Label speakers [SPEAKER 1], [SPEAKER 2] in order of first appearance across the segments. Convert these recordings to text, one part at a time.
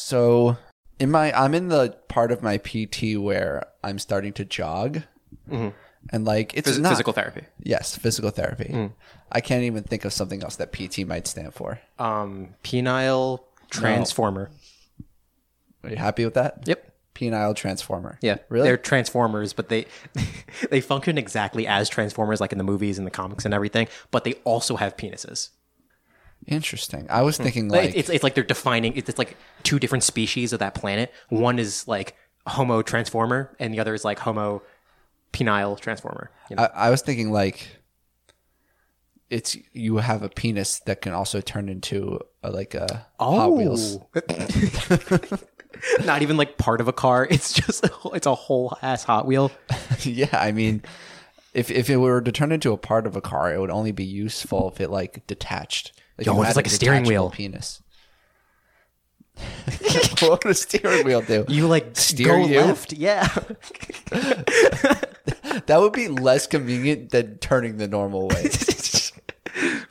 [SPEAKER 1] So in my I'm in the part of my PT where I'm starting to jog. And like it's
[SPEAKER 2] Mm-hmm. Phys-
[SPEAKER 1] not
[SPEAKER 2] physical Mm. therapy.
[SPEAKER 1] Yes, physical therapy. I can't even think of something else that PT might stand for.
[SPEAKER 2] Um, penile transformer.
[SPEAKER 1] Are you happy with that?
[SPEAKER 2] Yep.
[SPEAKER 1] Penile transformer.
[SPEAKER 2] Yeah,
[SPEAKER 1] Really?
[SPEAKER 2] They're transformers, but they they function exactly as transformers, like in the movies and the comics and everything. But they also have penises.
[SPEAKER 1] Interesting. I was thinking
[SPEAKER 2] Like,
[SPEAKER 1] like
[SPEAKER 2] it's it's like they're defining. It's, it's like two different species of that planet. One is like Homo transformer, and the other is like Homo penile transformer. You know?
[SPEAKER 1] I, I was thinking like it's you have a penis that can also turn into a, like a Hot Wheels.
[SPEAKER 2] Not even like part of a car. It's just a, whole- it's a whole ass Hot Wheel.
[SPEAKER 1] yeah, I mean, if if it were to turn into a part of a car, it would only be useful if it like detached. Like,
[SPEAKER 2] Yo,
[SPEAKER 1] you
[SPEAKER 2] what if
[SPEAKER 1] had
[SPEAKER 2] it's like a steering
[SPEAKER 1] detachable
[SPEAKER 2] wheel?
[SPEAKER 1] penis? what would a steering wheel do?
[SPEAKER 2] You like
[SPEAKER 1] Steer
[SPEAKER 2] go
[SPEAKER 1] you?
[SPEAKER 2] left, yeah.
[SPEAKER 1] that would be less convenient than turning the normal way.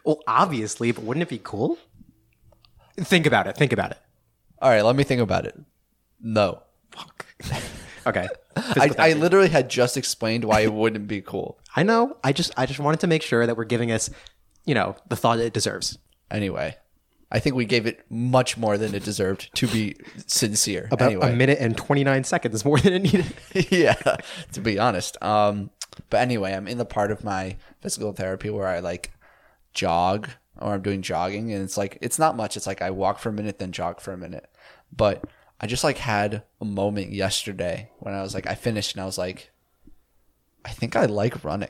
[SPEAKER 2] well, obviously, but wouldn't it be cool? Think about it. Think about it.
[SPEAKER 1] All right, let me think about it. No.
[SPEAKER 2] Fuck. Okay.
[SPEAKER 1] I,
[SPEAKER 2] Physical
[SPEAKER 1] I
[SPEAKER 2] therapy.
[SPEAKER 1] literally had just explained why it wouldn't be cool.
[SPEAKER 2] I know. I just I just wanted to make sure that we're giving us, you know, the thought it deserves.
[SPEAKER 1] Anyway, I think we gave it much more than it deserved to be sincere. anyway.
[SPEAKER 2] A minute and twenty nine seconds more than it needed.
[SPEAKER 1] yeah, to be honest. Um, but anyway, I'm in the part of my physical therapy where I like jog or I'm doing jogging, and it's like it's not much. It's like I walk for a minute, then jog for a minute. But I just like had a moment yesterday when I was like, I finished, and I was like, I think I like running.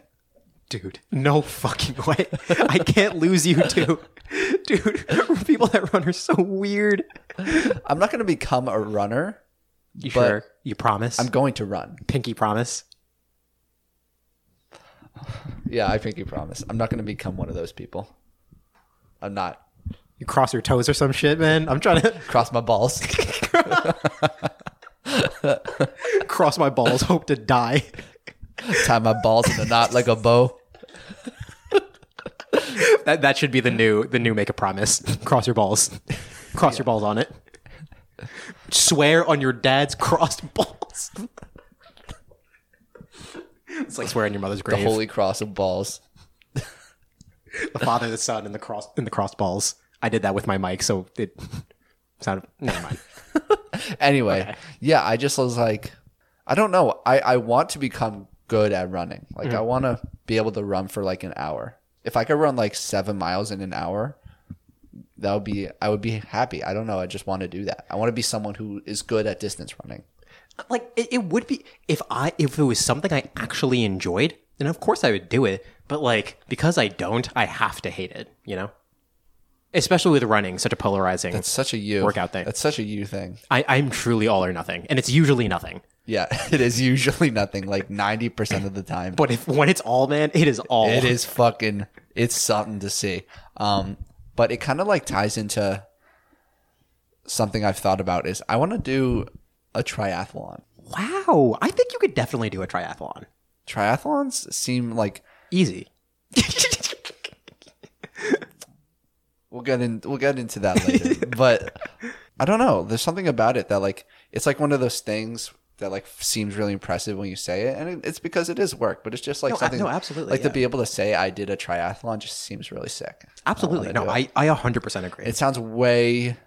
[SPEAKER 2] Dude, no fucking way. I can't lose you two. Dude, people that run are so weird.
[SPEAKER 1] I'm not going to become a runner.
[SPEAKER 2] You
[SPEAKER 1] But-
[SPEAKER 2] sure? You promise?
[SPEAKER 1] I'm going to run.
[SPEAKER 2] Pinky promise.
[SPEAKER 1] Yeah, I think you promise. I'm not going to become one of those people. I'm not.
[SPEAKER 2] You cross your toes or some shit, man. I'm trying to
[SPEAKER 1] Cross my balls.
[SPEAKER 2] cross my balls, hope to die.
[SPEAKER 1] Tie my balls in a knot like a bow.
[SPEAKER 2] That that should be the new the new make a promise. Cross your balls. Cross your balls on it. Swear on your dad's crossed balls. it's like swear on your mother's
[SPEAKER 1] The
[SPEAKER 2] grave. The,
[SPEAKER 1] holy cross of balls.
[SPEAKER 2] father, the son, and the cross and the crossed balls. I did that with my mic, so it sounded never mind.
[SPEAKER 1] Anyway, yeah, I just was like, I don't know. I, I want to become good at running. Like,
[SPEAKER 2] Hmm.
[SPEAKER 1] I want to be able to run for like an hour. If I could run like seven miles in an hour, that would be, I would be happy. I don't know. I just want to do that. I want to be someone who is good at distance running.
[SPEAKER 2] like it, it would be if i if it was something i actually enjoyed then of course i would do it but like because i don't i have to hate it you know especially with running such a polarizing
[SPEAKER 1] It's such a you
[SPEAKER 2] Workout thing.
[SPEAKER 1] That's such a you thing.
[SPEAKER 2] I, i'm truly all or nothing and it's usually nothing
[SPEAKER 1] Yeah, it is usually nothing. Like 90% of the time.
[SPEAKER 2] but if when it's all man it is all
[SPEAKER 1] It is fucking it's something to see. Um but it kind of like ties into something I've thought about is I want to do a triathlon.
[SPEAKER 2] wow i think you could definitely do a triathlon
[SPEAKER 1] Triathlons seem like
[SPEAKER 2] easy
[SPEAKER 1] we'll get in we'll get into that later. but I don't know, there's something about it that like it's like one of those things that like seems really impressive when you say it and it, it's because it is work, but it's just like
[SPEAKER 2] No, ab-
[SPEAKER 1] something
[SPEAKER 2] no, absolutely,
[SPEAKER 1] like to
[SPEAKER 2] yeah.
[SPEAKER 1] be able to say I did a triathlon just seems really sick.
[SPEAKER 2] absolutely no I, I 100% agree
[SPEAKER 1] It sounds way.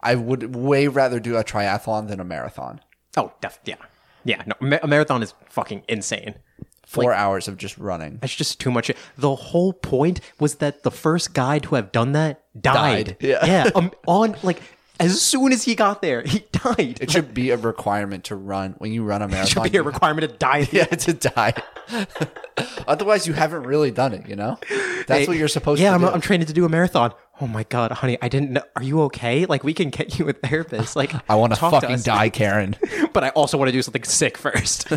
[SPEAKER 1] I would way rather do a triathlon than a marathon.
[SPEAKER 2] oh def- yeah yeah no ma- a marathon is fucking insane
[SPEAKER 1] Four hours of just running.
[SPEAKER 2] That's just too much. The whole point was that the first guy to have done that
[SPEAKER 1] Died.
[SPEAKER 2] died.
[SPEAKER 1] Yeah.
[SPEAKER 2] um, on like as soon as he got there, he died.
[SPEAKER 1] It should be a requirement to run when you run a
[SPEAKER 2] It
[SPEAKER 1] marathon.
[SPEAKER 2] should be a
[SPEAKER 1] you
[SPEAKER 2] requirement to die.
[SPEAKER 1] yeah, to die. Otherwise, you haven't really done it. You know, that's what you're supposed
[SPEAKER 2] Yeah,
[SPEAKER 1] to
[SPEAKER 2] I'm,
[SPEAKER 1] do.
[SPEAKER 2] I'm training to do a marathon. Oh my god, honey, I didn't. know. Are you okay? Like we can get you a therapist. Like
[SPEAKER 1] I want to
[SPEAKER 2] talk
[SPEAKER 1] fucking
[SPEAKER 2] us.
[SPEAKER 1] die, Karen.
[SPEAKER 2] but I also want to do something sick first.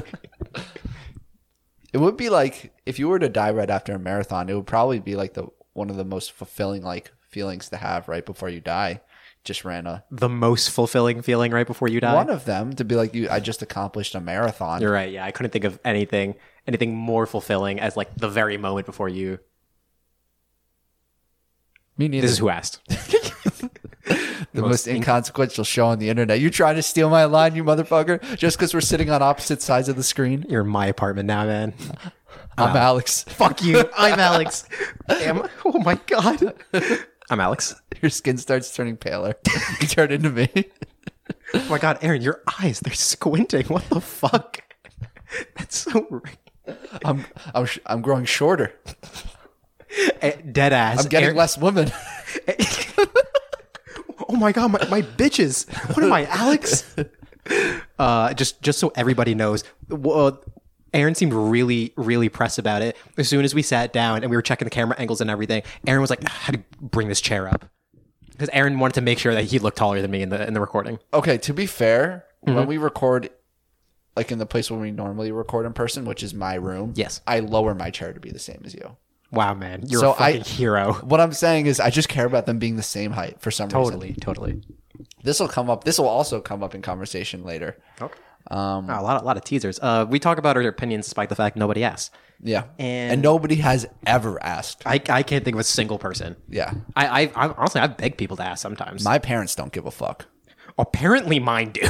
[SPEAKER 1] it would be like if you were to die right after a marathon. It would probably be like the one of the most fulfilling like feelings to have right before you die. Just ran a
[SPEAKER 2] the most fulfilling feeling right before you die.
[SPEAKER 1] one of them to be like you. I just accomplished a marathon.
[SPEAKER 2] You're right. Yeah, I couldn't think of anything anything more fulfilling as like the very moment before you.
[SPEAKER 1] Me neither.
[SPEAKER 2] This is who asked.
[SPEAKER 1] the most, inconsequential show on the internet. You trying to steal my line, you motherfucker? Just because we're sitting on opposite sides of the screen?
[SPEAKER 2] You're in my apartment now, man.
[SPEAKER 1] I'm Alex.
[SPEAKER 2] Fuck you. I'm Alex. Damn. Oh my god. I'm Alex.
[SPEAKER 1] Your skin starts turning paler. you turn into me.
[SPEAKER 2] Oh my god, Aaron, your eyes, they're squinting. What the fuck? That's so ra-
[SPEAKER 1] I'm I'm sh- I'm growing shorter.
[SPEAKER 2] Eh, dead ass.
[SPEAKER 1] I'm getting
[SPEAKER 2] Aaron-
[SPEAKER 1] less women.
[SPEAKER 2] Oh my god, my, my bitches. What am I, Alex? Uh, just just so everybody knows, well, Aaron seemed really really pressed about it. As soon as we sat down and we were checking the camera angles and everything, Aaron was like, "Ah, "I had to bring this chair up," because Aaron wanted to make sure that he looked taller than me in the in the recording.
[SPEAKER 1] okay, to be fair,
[SPEAKER 2] Mm-hmm.
[SPEAKER 1] when we record like in the place where we normally record in person, which is my room,
[SPEAKER 2] Yes.
[SPEAKER 1] I lower my chair to be the same as you.
[SPEAKER 2] Wow, man, you're
[SPEAKER 1] So
[SPEAKER 2] a fucking
[SPEAKER 1] I-
[SPEAKER 2] hero.
[SPEAKER 1] What I'm saying is I just care about them being the same height for some reason.
[SPEAKER 2] Totally, totally.
[SPEAKER 1] This will come up. This will also come up in conversation later.
[SPEAKER 2] Okay. Um, a lot, a lot of teasers. Uh, we talk about our opinions despite the fact nobody asked.
[SPEAKER 1] Yeah.
[SPEAKER 2] And-
[SPEAKER 1] and nobody has ever asked.
[SPEAKER 2] I, I can't think of a single person.
[SPEAKER 1] Yeah.
[SPEAKER 2] I, I, I honestly, I've begged people to ask sometimes.
[SPEAKER 1] My parents don't give a fuck.
[SPEAKER 2] Apparently, mine do.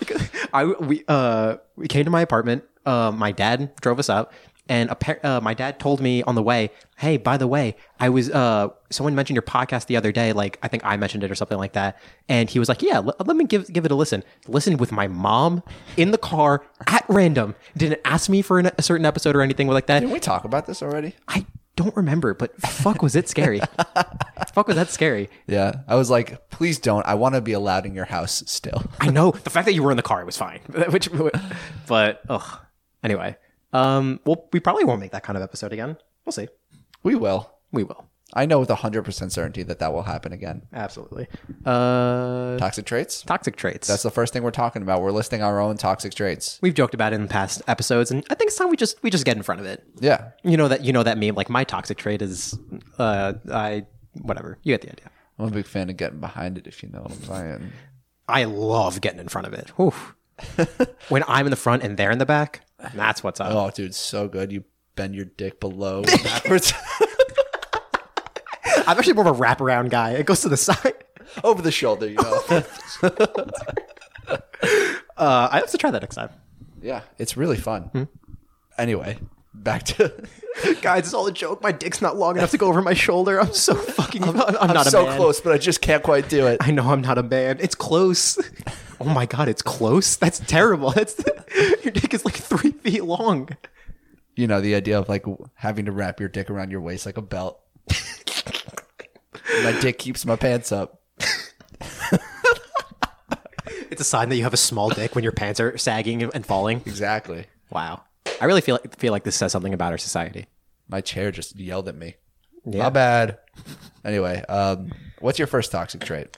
[SPEAKER 2] Because I we uh we came to my apartment. Uh, my dad drove us up, and appar- uh, my dad told me on the way, "Hey, by the way, I was uh someone mentioned your podcast the other day. Like I think I mentioned it or something like that." And he was like, "Yeah, l- let me give give it a listen. Listen with my mom in the car at random. Didn't ask me for an, a certain episode or anything like that.
[SPEAKER 1] Didn't we talk about this already?
[SPEAKER 2] I don't remember, but fuck, was it scary? fuck, was that scary?
[SPEAKER 1] Yeah. I was like, please don't. I want to be allowed in your house still.
[SPEAKER 2] I know the fact that you were in the car was fine, which, but ugh. Anyway, um, well, we probably won't make that kind of episode again. We'll see.
[SPEAKER 1] We will.
[SPEAKER 2] We will
[SPEAKER 1] I know with 100% certainty that that will happen again.
[SPEAKER 2] absolutely. Uh,
[SPEAKER 1] Toxic traits?
[SPEAKER 2] toxic traits.
[SPEAKER 1] That's the first thing we're talking about. We're listing our own toxic traits.
[SPEAKER 2] We've joked about it in past episodes, and I think it's time we just we just get in front of it.
[SPEAKER 1] Yeah.
[SPEAKER 2] You know that you know that meme. Like my toxic trait is, uh, I whatever. You get the idea.
[SPEAKER 1] I'm a big fan of getting behind it, if you know what I'm saying.
[SPEAKER 2] I love getting in front of it. Oof. when I'm in the front and they're in the back, that's what's up.
[SPEAKER 1] Oh, dude, so good. You bend your dick below backwards
[SPEAKER 2] I'm actually more of a wraparound guy. It goes to the side.
[SPEAKER 1] over the shoulder, you know.
[SPEAKER 2] Uh, I have to try that next time.
[SPEAKER 1] yeah, it's really fun. Anyway, back to.
[SPEAKER 2] Guys, it's all a joke. My dick's not long enough to go over my shoulder. I'm so fucking. I'm, I'm
[SPEAKER 1] I'm
[SPEAKER 2] not
[SPEAKER 1] so
[SPEAKER 2] a man.
[SPEAKER 1] close, but I just can't quite do it.
[SPEAKER 2] I know I'm not a man. It's close. Oh my god, it's close. That's terrible. That's your dick is like three feet long.
[SPEAKER 1] You know, the idea of like w- having to wrap your dick around your waist like a belt. my dick keeps my pants up.
[SPEAKER 2] It's a sign that you have a small dick when your pants are sagging and falling.
[SPEAKER 1] Exactly.
[SPEAKER 2] Wow. I really feel like, feel like this says something about our society.
[SPEAKER 1] My chair just yelled at me.
[SPEAKER 2] Yeah.
[SPEAKER 1] My bad. Anyway, um, what's your first toxic trait?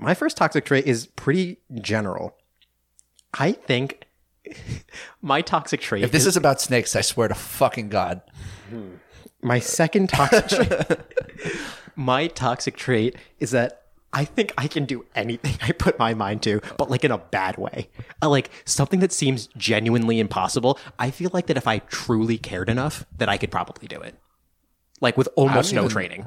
[SPEAKER 2] my first toxic trait is pretty general. I think my toxic trait.
[SPEAKER 1] If this is about snakes, I swear to fucking God.
[SPEAKER 2] My second toxic trait. my toxic trait is that I think I can do anything I put my mind to, but like in a bad way. Uh, like something that seems genuinely impossible. I feel like that if I truly cared enough, that I could probably do it. Like with almost no
[SPEAKER 1] even-
[SPEAKER 2] training.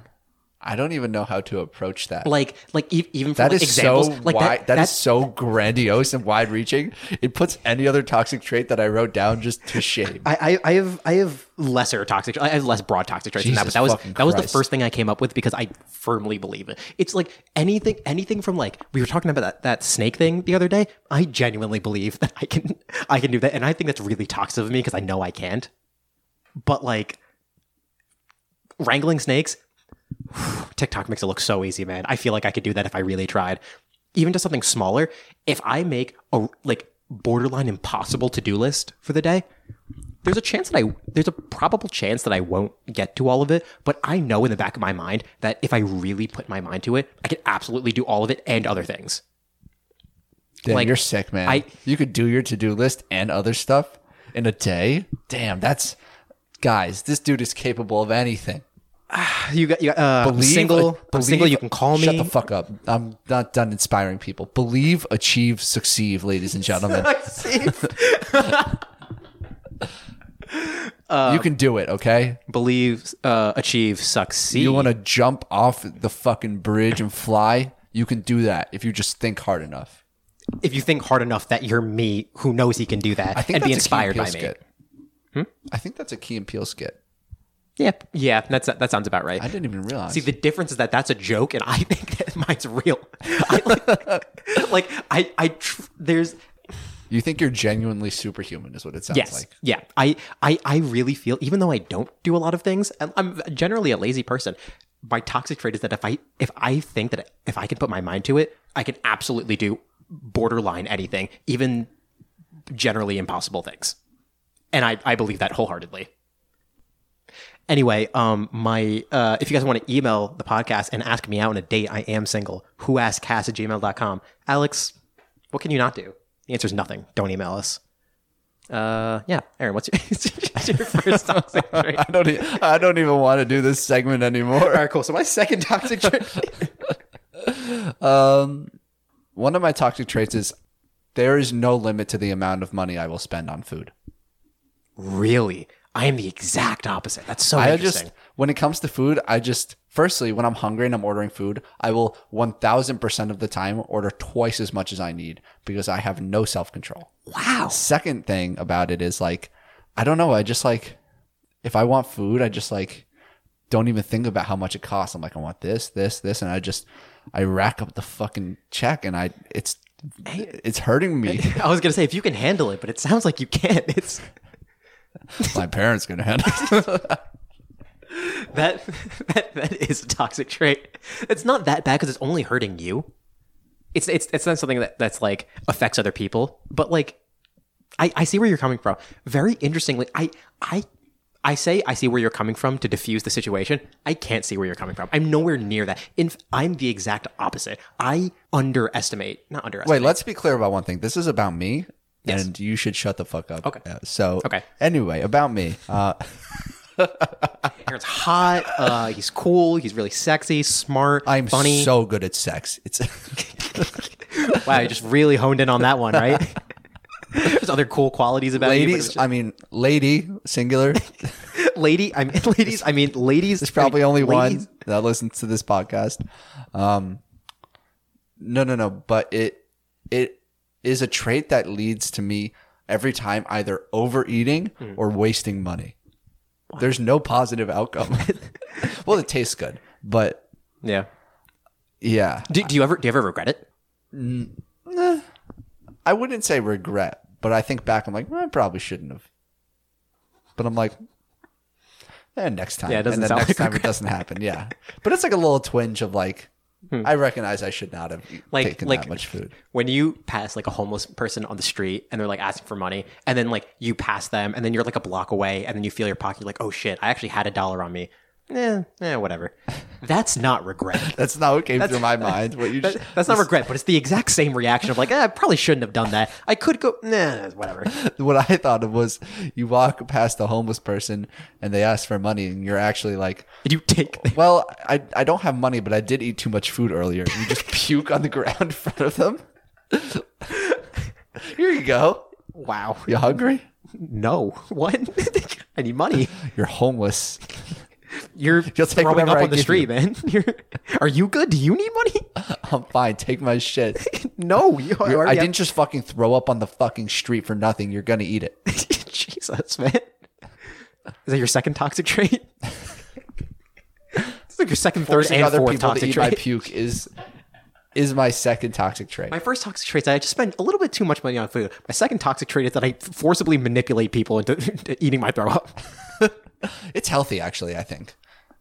[SPEAKER 1] I don't even know how to approach that.
[SPEAKER 2] Like like e- even for
[SPEAKER 1] that
[SPEAKER 2] like
[SPEAKER 1] is
[SPEAKER 2] examples
[SPEAKER 1] so
[SPEAKER 2] like
[SPEAKER 1] wide.
[SPEAKER 2] that,
[SPEAKER 1] that is so grandiose and wide reaching. It puts any other toxic trait that I wrote down just to shame.
[SPEAKER 2] I, I, I have I have lesser toxic I have less broad toxic traits than that,
[SPEAKER 1] Jesus
[SPEAKER 2] but that was
[SPEAKER 1] fucking
[SPEAKER 2] that was the
[SPEAKER 1] Christ.
[SPEAKER 2] first thing I came up with because I firmly believe it. It's like anything anything from like we were talking about that, that snake thing the other day. I genuinely believe that I can I can do that and I think that's really toxic of me because I know I can't. But like wrangling snakes, TikTok makes it look so easy, man. I feel like I could do that if I really tried. Even just something smaller, if I make a like borderline impossible to-do list for the day, there's a chance that I there's a probable chance that I won't get to all of it, but I know in the back of my mind that if I really put my mind to it, I could absolutely do all of it and other things.
[SPEAKER 1] Damn,
[SPEAKER 2] like,
[SPEAKER 1] you're sick, man.
[SPEAKER 2] I-
[SPEAKER 1] you could do your to do list and other stuff in a day. Damn, that's guys. This dude is capable of anything.
[SPEAKER 2] You got you got uh,
[SPEAKER 1] Believe-
[SPEAKER 2] single I'm
[SPEAKER 1] believe-
[SPEAKER 2] single you can call me.
[SPEAKER 1] Shut the fuck up. I'm not done inspiring people. Believe, achieve, succeed, ladies and gentlemen.
[SPEAKER 2] Uh,
[SPEAKER 1] you can do it, okay?
[SPEAKER 2] Believe, uh, achieve, succeed.
[SPEAKER 1] You want to jump off the fucking bridge and fly? You can do that if you just think hard enough.
[SPEAKER 2] If you think hard enough that you're me who knows he can do that
[SPEAKER 1] I think
[SPEAKER 2] and
[SPEAKER 1] that's
[SPEAKER 2] be
[SPEAKER 1] a Key
[SPEAKER 2] inspired
[SPEAKER 1] Peele
[SPEAKER 2] by me. Hmm?
[SPEAKER 1] skit. I think that's a Key and Peele skit.
[SPEAKER 2] Yeah, yeah, that's that sounds about right.
[SPEAKER 1] I didn't even realize.
[SPEAKER 2] See, the difference is that that's a joke, and I think that mine's real. I, like, like, I, I, tr- there's
[SPEAKER 1] you think you're genuinely superhuman, is what it sounds
[SPEAKER 2] yes,
[SPEAKER 1] like.
[SPEAKER 2] yeah. I, I, I really feel, even though I don't do a lot of things, and I'm generally a lazy person. My toxic trait is that if I, if I think that if I can put my mind to it, I can absolutely do borderline anything, even generally impossible things, and I, I believe that wholeheartedly. Anyway, um, my uh, if you guys want to email the podcast and ask me out on a date, I am single. Who asked Cass at gmail.com. Alex, what can you not do? The answer is nothing. Don't email us. Uh, yeah, Aaron, what's your, it's your first toxic trait?
[SPEAKER 1] I don't. E- I don't even want to do this segment
[SPEAKER 2] All
[SPEAKER 1] anymore.
[SPEAKER 2] right, cool. So my second toxic trait.
[SPEAKER 1] Um, One of my toxic traits is there is no limit to the amount of money I will spend on food.
[SPEAKER 2] really, I am the exact opposite. That's so
[SPEAKER 1] I
[SPEAKER 2] interesting.
[SPEAKER 1] just when it comes to food, I just firstly when I'm hungry and I'm ordering food, I will 1000% of the time order twice as much as I need because I have no self-control.
[SPEAKER 2] wow.
[SPEAKER 1] Second thing about it is like I don't know, I just like if I want food, I just like don't even think about how much it costs. I'm like I want this, this, this and I just I rack up the fucking check and I it's it's hurting me.
[SPEAKER 2] I was gonna say if you can handle it, but it sounds like you can't. It's
[SPEAKER 1] My parents gonna handle. it.
[SPEAKER 2] that that that is a toxic trait. It's not that bad because it's only hurting you. It's it's it's not something that that's like affects other people, but like I I see where you're coming from. Very interestingly, I I. I say I see where you're coming from to diffuse the situation. I can't see where you're coming from. I'm nowhere near that. In f- I'm the exact opposite. I underestimate, not
[SPEAKER 1] Wait,
[SPEAKER 2] underestimate.
[SPEAKER 1] let's be clear about one thing. This is about me,
[SPEAKER 2] Yes.
[SPEAKER 1] and you should shut the fuck up.
[SPEAKER 2] Okay.
[SPEAKER 1] Uh, so,
[SPEAKER 2] Okay.
[SPEAKER 1] Anyway, about me. Uh,
[SPEAKER 2] Aaron's hot. Uh, he's cool. He's really sexy, smart,
[SPEAKER 1] I'm
[SPEAKER 2] funny.
[SPEAKER 1] so good at sex. It's
[SPEAKER 2] wow, you just really honed in on that one, right? There's other cool qualities about you, but it was
[SPEAKER 1] ladies. I mean, lady singular.
[SPEAKER 2] lady. I mean, ladies. I mean, ladies.
[SPEAKER 1] There's probably only
[SPEAKER 2] ladies.
[SPEAKER 1] one that listens to this podcast. Um, no, no, no. But it it is a trait that leads to me every time either overeating
[SPEAKER 2] Hmm.
[SPEAKER 1] or wasting money. There's no positive outcome. well, it tastes good, but
[SPEAKER 2] Yeah.
[SPEAKER 1] yeah.
[SPEAKER 2] Do, do you ever do you ever regret it?
[SPEAKER 1] I wouldn't say regret, but I think back, I'm like, well, I probably shouldn't have. But I'm like, and next time,
[SPEAKER 2] Yeah, it doesn't
[SPEAKER 1] and then
[SPEAKER 2] sound
[SPEAKER 1] next
[SPEAKER 2] like
[SPEAKER 1] time
[SPEAKER 2] regret.
[SPEAKER 1] it doesn't happen. Yeah, but it's like a little twinge of like, I recognize I should not have e-
[SPEAKER 2] Hmm. Like-
[SPEAKER 1] taken
[SPEAKER 2] like-
[SPEAKER 1] that much food.
[SPEAKER 2] When you pass like a homeless person on the street and they're like asking for money, and then like you pass them, and then you're like a block away, and then you feel your pocket, you're like, oh shit, I actually had a dollar on me. Eh, eh, whatever. That's not regret.
[SPEAKER 1] That's not what came through my mind. What you just,
[SPEAKER 2] That's not regret, but it's the exact same reaction of like, eh, I probably shouldn't have done that. I could go, nah, whatever.
[SPEAKER 1] what I thought of was you walk past a homeless person and they ask for money, and you're actually like,
[SPEAKER 2] You take
[SPEAKER 1] well, I I don't have money, but I did eat too much food earlier. And you just puke on the ground in front of them. Here you go.
[SPEAKER 2] Wow.
[SPEAKER 1] You hungry?
[SPEAKER 2] No. What? I need money.
[SPEAKER 1] You're homeless.
[SPEAKER 2] You're
[SPEAKER 1] take
[SPEAKER 2] throwing
[SPEAKER 1] whatever
[SPEAKER 2] up
[SPEAKER 1] I
[SPEAKER 2] on the
[SPEAKER 1] give
[SPEAKER 2] street,
[SPEAKER 1] you.
[SPEAKER 2] man. You're, are you good? Do you need money?
[SPEAKER 1] I'm fine. Take my shit.
[SPEAKER 2] No, you
[SPEAKER 1] You're-
[SPEAKER 2] already
[SPEAKER 1] I
[SPEAKER 2] have-
[SPEAKER 1] didn't just fucking throw up on the fucking street for nothing. You're gonna eat it.
[SPEAKER 2] Jesus, man. Is that your second toxic trait? it's like your second, third,
[SPEAKER 1] Forcing
[SPEAKER 2] and
[SPEAKER 1] other
[SPEAKER 2] fourth
[SPEAKER 1] people to
[SPEAKER 2] toxic
[SPEAKER 1] eat my
[SPEAKER 2] trait.
[SPEAKER 1] puke is is my second toxic trait.
[SPEAKER 2] My first toxic trait is that I just spend a little bit too much money on food. My second toxic trait is that I forcibly manipulate people into into eating my throw up.
[SPEAKER 1] It's healthy, actually. I think.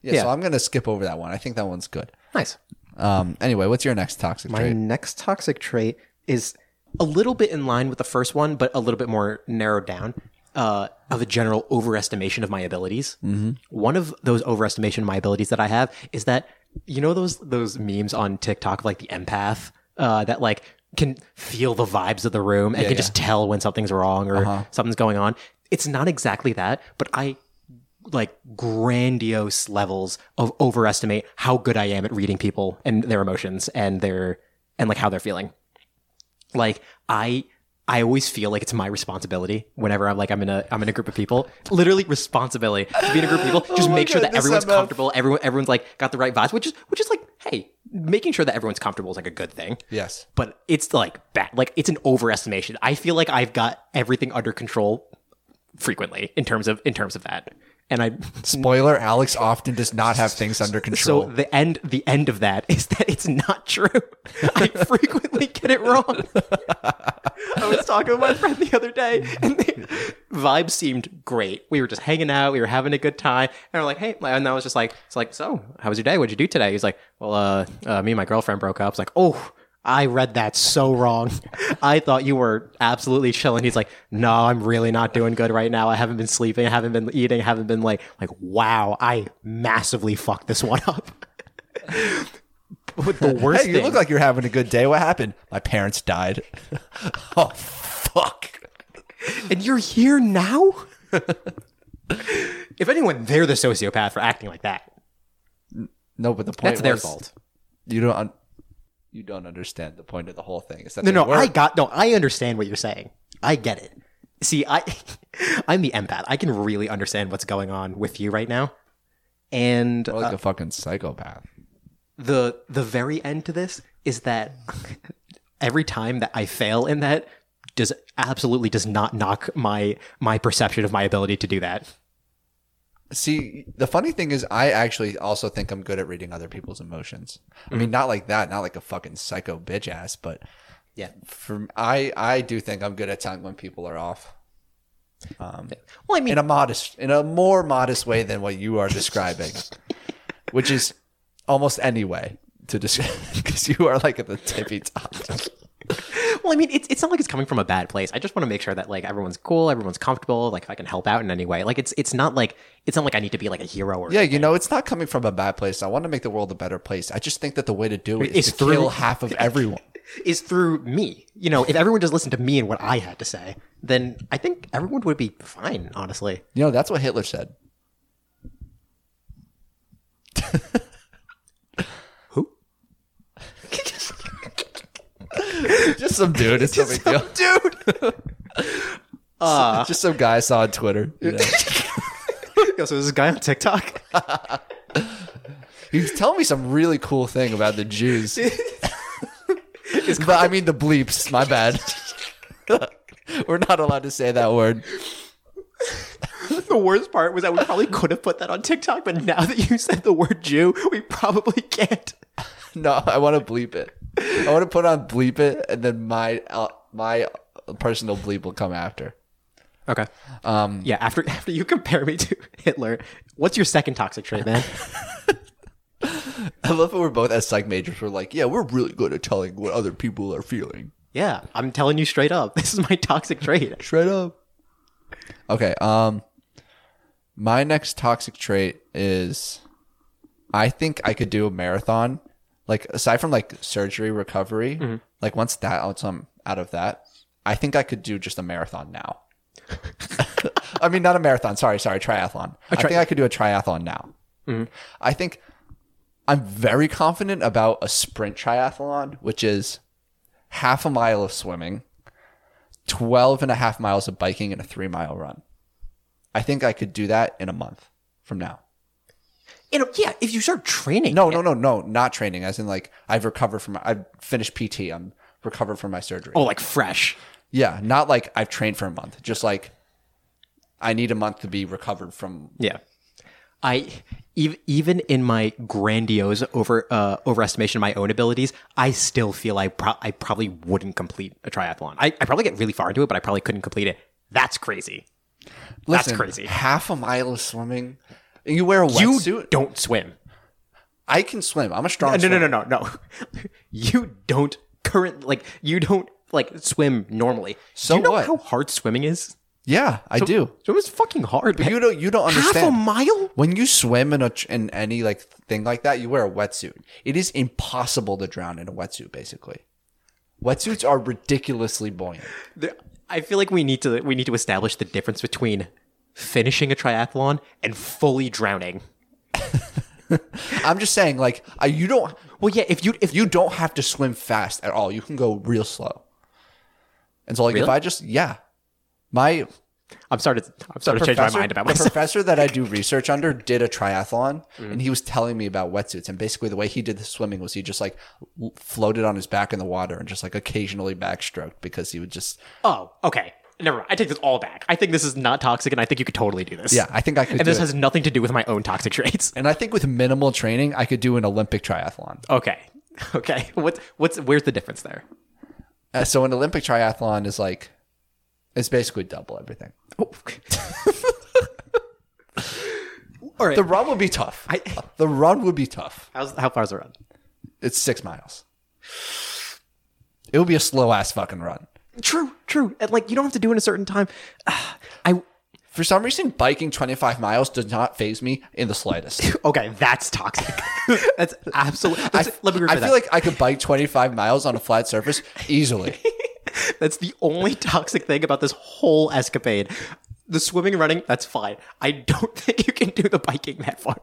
[SPEAKER 1] Yeah, So
[SPEAKER 2] Yeah.
[SPEAKER 1] I'm gonna skip over that one. I think that one's good.
[SPEAKER 2] Nice.
[SPEAKER 1] Um. Anyway, what's your next toxic
[SPEAKER 2] My
[SPEAKER 1] trait?
[SPEAKER 2] next toxic trait is a little bit in line with the first one, but a little bit more narrowed down uh, of a general overestimation of my abilities. Mm-hmm. One of those overestimation of my abilities that I have is that you know those those memes on TikTok of like the empath uh, that like can feel the vibes of the room and can just tell when something's wrong or something's going on. It's not exactly that, but I like grandiose levels of overestimate how good I am at reading people and their emotions and their and like how they're feeling. Like I I always feel like it's my responsibility whenever I'm like I'm in a I'm in a group of people. Literally responsibility to be in a group of people. Just
[SPEAKER 1] my
[SPEAKER 2] make sure
[SPEAKER 1] God,
[SPEAKER 2] that
[SPEAKER 1] this
[SPEAKER 2] everyone's
[SPEAKER 1] MF.
[SPEAKER 2] comfortable. Everyone everyone's like got the right vibes, which is which is like, hey, making sure that everyone's comfortable is like a good thing.
[SPEAKER 1] Yes.
[SPEAKER 2] But it's like bad like it's an overestimation. I feel like I've got everything under control frequently in terms of in terms of that. And I
[SPEAKER 1] Spoiler: Alex often does not have things under
[SPEAKER 2] so
[SPEAKER 1] control.
[SPEAKER 2] the end the end of that is that it's not true. I frequently get it wrong. I was talking with my friend the other day and the vibe seemed great. We were just hanging out, we were having a good time, and we're like, hey, and I was just like, it's like, so how was your day? What'd you do today? He's like, Well, uh, uh me and my girlfriend broke up. It's like, oh, I read that so wrong. I thought you were absolutely chilling. He's like, no, I'm really not doing good right now. I haven't been sleeping, I haven't been eating, I haven't been like like wow, I massively fucked this one up. But the worst
[SPEAKER 1] hey, you
[SPEAKER 2] thing
[SPEAKER 1] look like you're having a good day. What happened? My parents died. oh fuck!
[SPEAKER 2] and you're here now? if anyone, they're the sociopath for acting like that.
[SPEAKER 1] No, but the point
[SPEAKER 2] That's their
[SPEAKER 1] was,
[SPEAKER 2] fault.
[SPEAKER 1] You don't. Un- you don't understand the point of the whole thing. Is that
[SPEAKER 2] No,
[SPEAKER 1] they
[SPEAKER 2] no,
[SPEAKER 1] were-
[SPEAKER 2] I got no. I understand what you're saying. I get it. See, I, I'm the empath. I can really understand what's going on with you right now. And
[SPEAKER 1] You're like a fucking psychopath.
[SPEAKER 2] the the very end to this is that every time that I fail in that does absolutely does not knock my my perception of my ability to do that.
[SPEAKER 1] See, the funny thing is, I actually also think I'm good at reading other people's emotions. I
[SPEAKER 2] Mm-hmm.
[SPEAKER 1] mean, not like that, not like a fucking psycho bitch ass, but
[SPEAKER 2] Yeah.
[SPEAKER 1] for I, I do think I'm good at telling when people are off Um,
[SPEAKER 2] Well, I mean,
[SPEAKER 1] in a modest, in a more modest way than what you are describing, which is almost any way to describe because you are like at the tippy top.
[SPEAKER 2] Well, I mean, it's, it's not like it's coming from a bad place. I just want to make sure that like everyone's cool, everyone's comfortable. Like if I can help out in any way, like it's it's not like it's not like I need to be like a hero or
[SPEAKER 1] Yeah, you know, it's not coming from a bad place. I want to make the world a better place. I just think that the way to do it is
[SPEAKER 2] It's
[SPEAKER 1] to kill
[SPEAKER 2] through-
[SPEAKER 1] half of everyone.
[SPEAKER 2] is through me. You know, if everyone just listened to me and what I had to say, then I think everyone would be fine. Honestly,
[SPEAKER 1] You know, that's what Hitler said.
[SPEAKER 2] who?
[SPEAKER 1] Just some uh, dude. It's no big deal.
[SPEAKER 2] Dude,
[SPEAKER 1] just some guy I saw on Twitter. You know.
[SPEAKER 2] Yo, so this guy on TikTok.
[SPEAKER 1] he was telling me some really cool thing about the Jews. but I mean the bleeps. My bad. We're not allowed to say that word.
[SPEAKER 2] the worst part was that we probably could have put that on TikTok, but now that you said the word Jew, we probably can't.
[SPEAKER 1] No, I want to bleep it. I want to put on bleep it, and then my uh, my personal bleep will come after.
[SPEAKER 2] Okay.
[SPEAKER 1] Um,
[SPEAKER 2] Yeah, after after you compare me to Hitler, what's your second toxic trait, man?
[SPEAKER 1] I love that we're both as psych majors. We're like, yeah, we're really good at telling what other people are feeling.
[SPEAKER 2] yeah, I'm telling you straight up, this is my toxic trait.
[SPEAKER 1] Straight up. Okay. Um, my next toxic trait is, I think I could do a marathon. Like aside from like surgery recovery, like once that once I'm out of that, I think I could do just a marathon now. I mean, not a marathon. Sorry, sorry, triathlon. I think I could do a Mm-hmm. triathlon now. I think I'm very confident about a sprint triathlon, which is half a mile of swimming, 12 and a half miles of biking, and a three mile run. I think I could do that in a month from now.
[SPEAKER 2] You know, yeah, if you start training,
[SPEAKER 1] No, no, no, no, not training. As in, like, I've recovered from, I've finished PT. I'm recovered from my surgery.
[SPEAKER 2] oh, like fresh.
[SPEAKER 1] Yeah, not like I've trained for a month, just like I need a month to be recovered from.
[SPEAKER 2] Yeah, I ev- even in my grandiose over uh, overestimation of my own abilities, I still feel I pro- I probably wouldn't complete a triathlon. I, I probably get really far into it, but I probably couldn't complete it. That's crazy. That's
[SPEAKER 1] Listen,
[SPEAKER 2] crazy.
[SPEAKER 1] Half a mile of swimming. And you wear a
[SPEAKER 2] You
[SPEAKER 1] wetsuit.
[SPEAKER 2] don't swim.
[SPEAKER 1] I can swim. I'm a strong
[SPEAKER 2] Uh,
[SPEAKER 1] swimmer.
[SPEAKER 2] no, no, no, no, no. You don't current like you don't like swim normally.
[SPEAKER 1] So
[SPEAKER 2] Do you know
[SPEAKER 1] what?
[SPEAKER 2] how hard swimming is?
[SPEAKER 1] Yeah, I do.
[SPEAKER 2] Swim is fucking hard. man.
[SPEAKER 1] You don't. You don't
[SPEAKER 2] half a
[SPEAKER 1] understand.
[SPEAKER 2] mile?
[SPEAKER 1] when you swim in a in any like thing like that, you wear a wetsuit. It is impossible to drown in a wetsuit. Basically, wetsuits are ridiculously buoyant.
[SPEAKER 2] There- I feel like we need to we need to establish the difference between finishing a triathlon and fully drowning.
[SPEAKER 1] I'm just saying, like I, you don't
[SPEAKER 2] Well, yeah. If you if
[SPEAKER 1] you don't have to swim fast at all. You can go real slow. And so like if
[SPEAKER 2] Really?
[SPEAKER 1] I just yeah, my
[SPEAKER 2] I'm started. I'm starting to change my
[SPEAKER 1] professor,
[SPEAKER 2] mind about
[SPEAKER 1] the
[SPEAKER 2] myself.
[SPEAKER 1] professor that I do research under did a triathlon,
[SPEAKER 2] Mm-hmm.
[SPEAKER 1] and he was telling me about wetsuits. And basically, the way he did the swimming was he just like w- floated on his back in the water and just like occasionally backstroked because he would just
[SPEAKER 2] Oh, okay. Never mind. I take this all back. I think this is not toxic, and I think you could totally do this.
[SPEAKER 1] yeah. I think I could.
[SPEAKER 2] And
[SPEAKER 1] do
[SPEAKER 2] this
[SPEAKER 1] it.
[SPEAKER 2] has nothing to do with my own toxic traits.
[SPEAKER 1] and I think with minimal training, I could do an Olympic triathlon.
[SPEAKER 2] Okay. Okay. What's what's where's the difference there?
[SPEAKER 1] Uh, so an Olympic triathlon is like it's basically double everything.
[SPEAKER 2] Oh. all right.
[SPEAKER 1] The run would be tough.
[SPEAKER 2] I-
[SPEAKER 1] the run would be tough.
[SPEAKER 2] How's, how far's the run?
[SPEAKER 1] It's six miles. It would be a slow ass fucking run.
[SPEAKER 2] True. True. And like you don't have to do it in a certain time. Ah, I
[SPEAKER 1] For some reason, biking 25 miles does not phase me in the slightest.
[SPEAKER 2] okay. That's toxic. that's absolutely.
[SPEAKER 1] I,
[SPEAKER 2] let me
[SPEAKER 1] I
[SPEAKER 2] remember
[SPEAKER 1] feel
[SPEAKER 2] that.
[SPEAKER 1] like I could bike 25 miles on a flat surface easily.
[SPEAKER 2] That's the only toxic thing about this whole escapade. The swimming, running, that's fine. I don't think you can do the biking that far.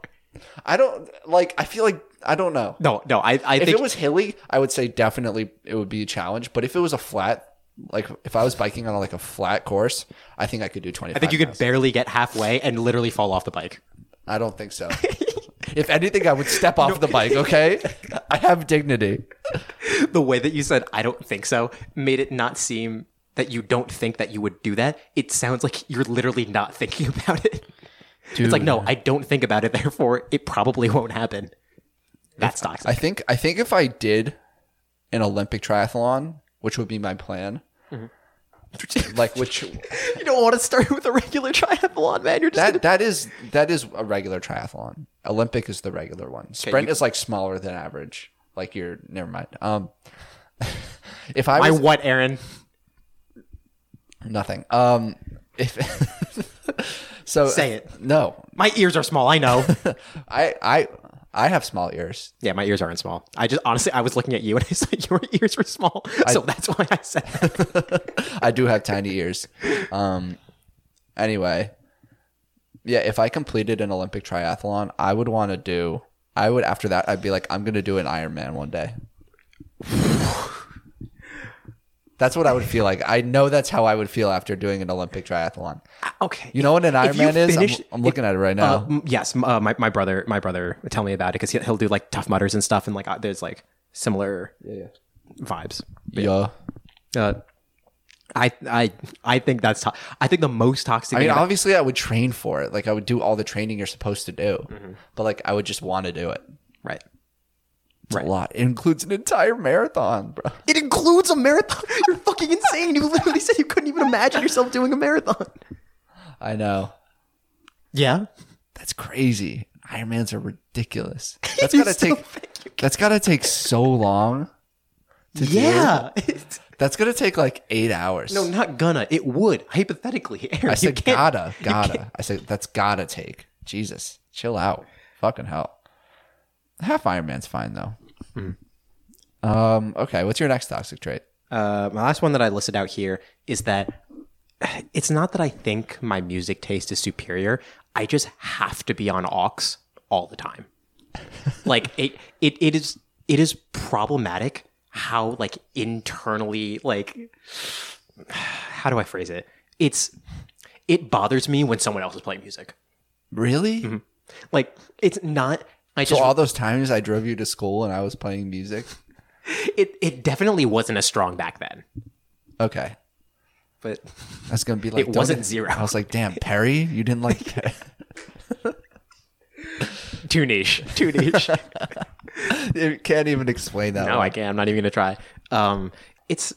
[SPEAKER 1] I don't like, I feel like, I don't know.
[SPEAKER 2] No, no, I, I
[SPEAKER 1] If
[SPEAKER 2] think
[SPEAKER 1] it was hilly, I would say definitely it would be a challenge. But if it was a flat, like if I was biking on like a flat course, I think I could do 25
[SPEAKER 2] I think you could barely get halfway and literally fall off the bike.
[SPEAKER 1] I don't think so. if anything, I would step off the bike, okay? I have dignity.
[SPEAKER 2] The way that you said "I don't think so" made it not seem that you don't think that you would do that. It sounds like you're literally not thinking about it. It's like, no, I don't think about it. Therefore, it probably won't happen. That's toxic.
[SPEAKER 1] I think I think if I did an Olympic triathlon, which would be my plan,
[SPEAKER 2] Mm-hmm.
[SPEAKER 1] like which
[SPEAKER 2] you don't want to start with a regular triathlon, man. You're just
[SPEAKER 1] that that is that is a regular triathlon. Olympic is the regular one. Sprint is like smaller than average. Like you're never mind. Um, if I
[SPEAKER 2] I
[SPEAKER 1] was
[SPEAKER 2] what, Aaron?
[SPEAKER 1] nothing. Um, if so,
[SPEAKER 2] Say it.
[SPEAKER 1] No,
[SPEAKER 2] My ears are small. I know.
[SPEAKER 1] I I I have small ears.
[SPEAKER 2] Yeah, my ears aren't small. I just honestly, I was looking at you and I saw your ears were small, so that's why I said that.
[SPEAKER 1] I do have tiny ears. Um, anyway, yeah, if I completed an Olympic triathlon, I would want to do. I would after that, I'd be like, I'm gonna do an Ironman one day. That's what I would feel like. I know that's how I would feel after doing an Olympic triathlon.
[SPEAKER 2] okay.
[SPEAKER 1] You know what an
[SPEAKER 2] If you
[SPEAKER 1] Ironman is?
[SPEAKER 2] finish-
[SPEAKER 1] I'm, I'm looking at it right now.
[SPEAKER 2] Uh, m- yes, m- uh, my my brother, my brother, would tell me about it because he'll, he'll do like tough mutters and stuff, and like uh, there's like similar vibes.
[SPEAKER 1] yeah.
[SPEAKER 2] Uh, I I I think that's to- I think the most
[SPEAKER 1] I
[SPEAKER 2] toxic. thing
[SPEAKER 1] mean,
[SPEAKER 2] about-
[SPEAKER 1] obviously, I would train for it. Like, I would do all the training you're supposed to do,
[SPEAKER 2] Mm-hmm.
[SPEAKER 1] but like, I would just want to do it.
[SPEAKER 2] right.
[SPEAKER 1] It's a lot. It includes an entire marathon, bro.
[SPEAKER 2] It includes a marathon. You're fucking insane. You literally said you couldn't even imagine yourself doing a marathon.
[SPEAKER 1] I know.
[SPEAKER 2] Yeah.
[SPEAKER 1] That's crazy. Ironmans are ridiculous. That's
[SPEAKER 2] You
[SPEAKER 1] gotta
[SPEAKER 2] still
[SPEAKER 1] take.
[SPEAKER 2] think you-
[SPEAKER 1] That's gotta take so long. To do.
[SPEAKER 2] Yeah. It's-
[SPEAKER 1] That's gonna take like eight hours.
[SPEAKER 2] No, not gonna. It would hypothetically. Aaron,
[SPEAKER 1] I
[SPEAKER 2] you
[SPEAKER 1] said
[SPEAKER 2] can't-
[SPEAKER 1] gotta, gotta. I said that's gotta take. Jesus, chill out. Fucking hell. Half Ironman's fine though.
[SPEAKER 2] Hmm.
[SPEAKER 1] Um. Okay. What's your next toxic trait?
[SPEAKER 2] Uh, my last one that I listed out here is that it's not that I think my music taste is superior. I just have to be on aux all the time. like it, it, it is, it is problematic how like internally like how do I phrase it? It's it bothers me when someone else is playing music.
[SPEAKER 1] Really?
[SPEAKER 2] Like it's not. I
[SPEAKER 1] So
[SPEAKER 2] just
[SPEAKER 1] all those times I drove you to school and I was playing music.
[SPEAKER 2] it it definitely wasn't as strong back then.
[SPEAKER 1] Okay.
[SPEAKER 2] But
[SPEAKER 1] That's gonna be like
[SPEAKER 2] It wasn't
[SPEAKER 1] don't- e-,
[SPEAKER 2] zero.
[SPEAKER 1] I was like, damn, Perry, you didn't like.
[SPEAKER 2] too niche, too niche.
[SPEAKER 1] It can't even explain that.
[SPEAKER 2] No,
[SPEAKER 1] one.
[SPEAKER 2] I can't. I'm not even gonna try. Um, it's.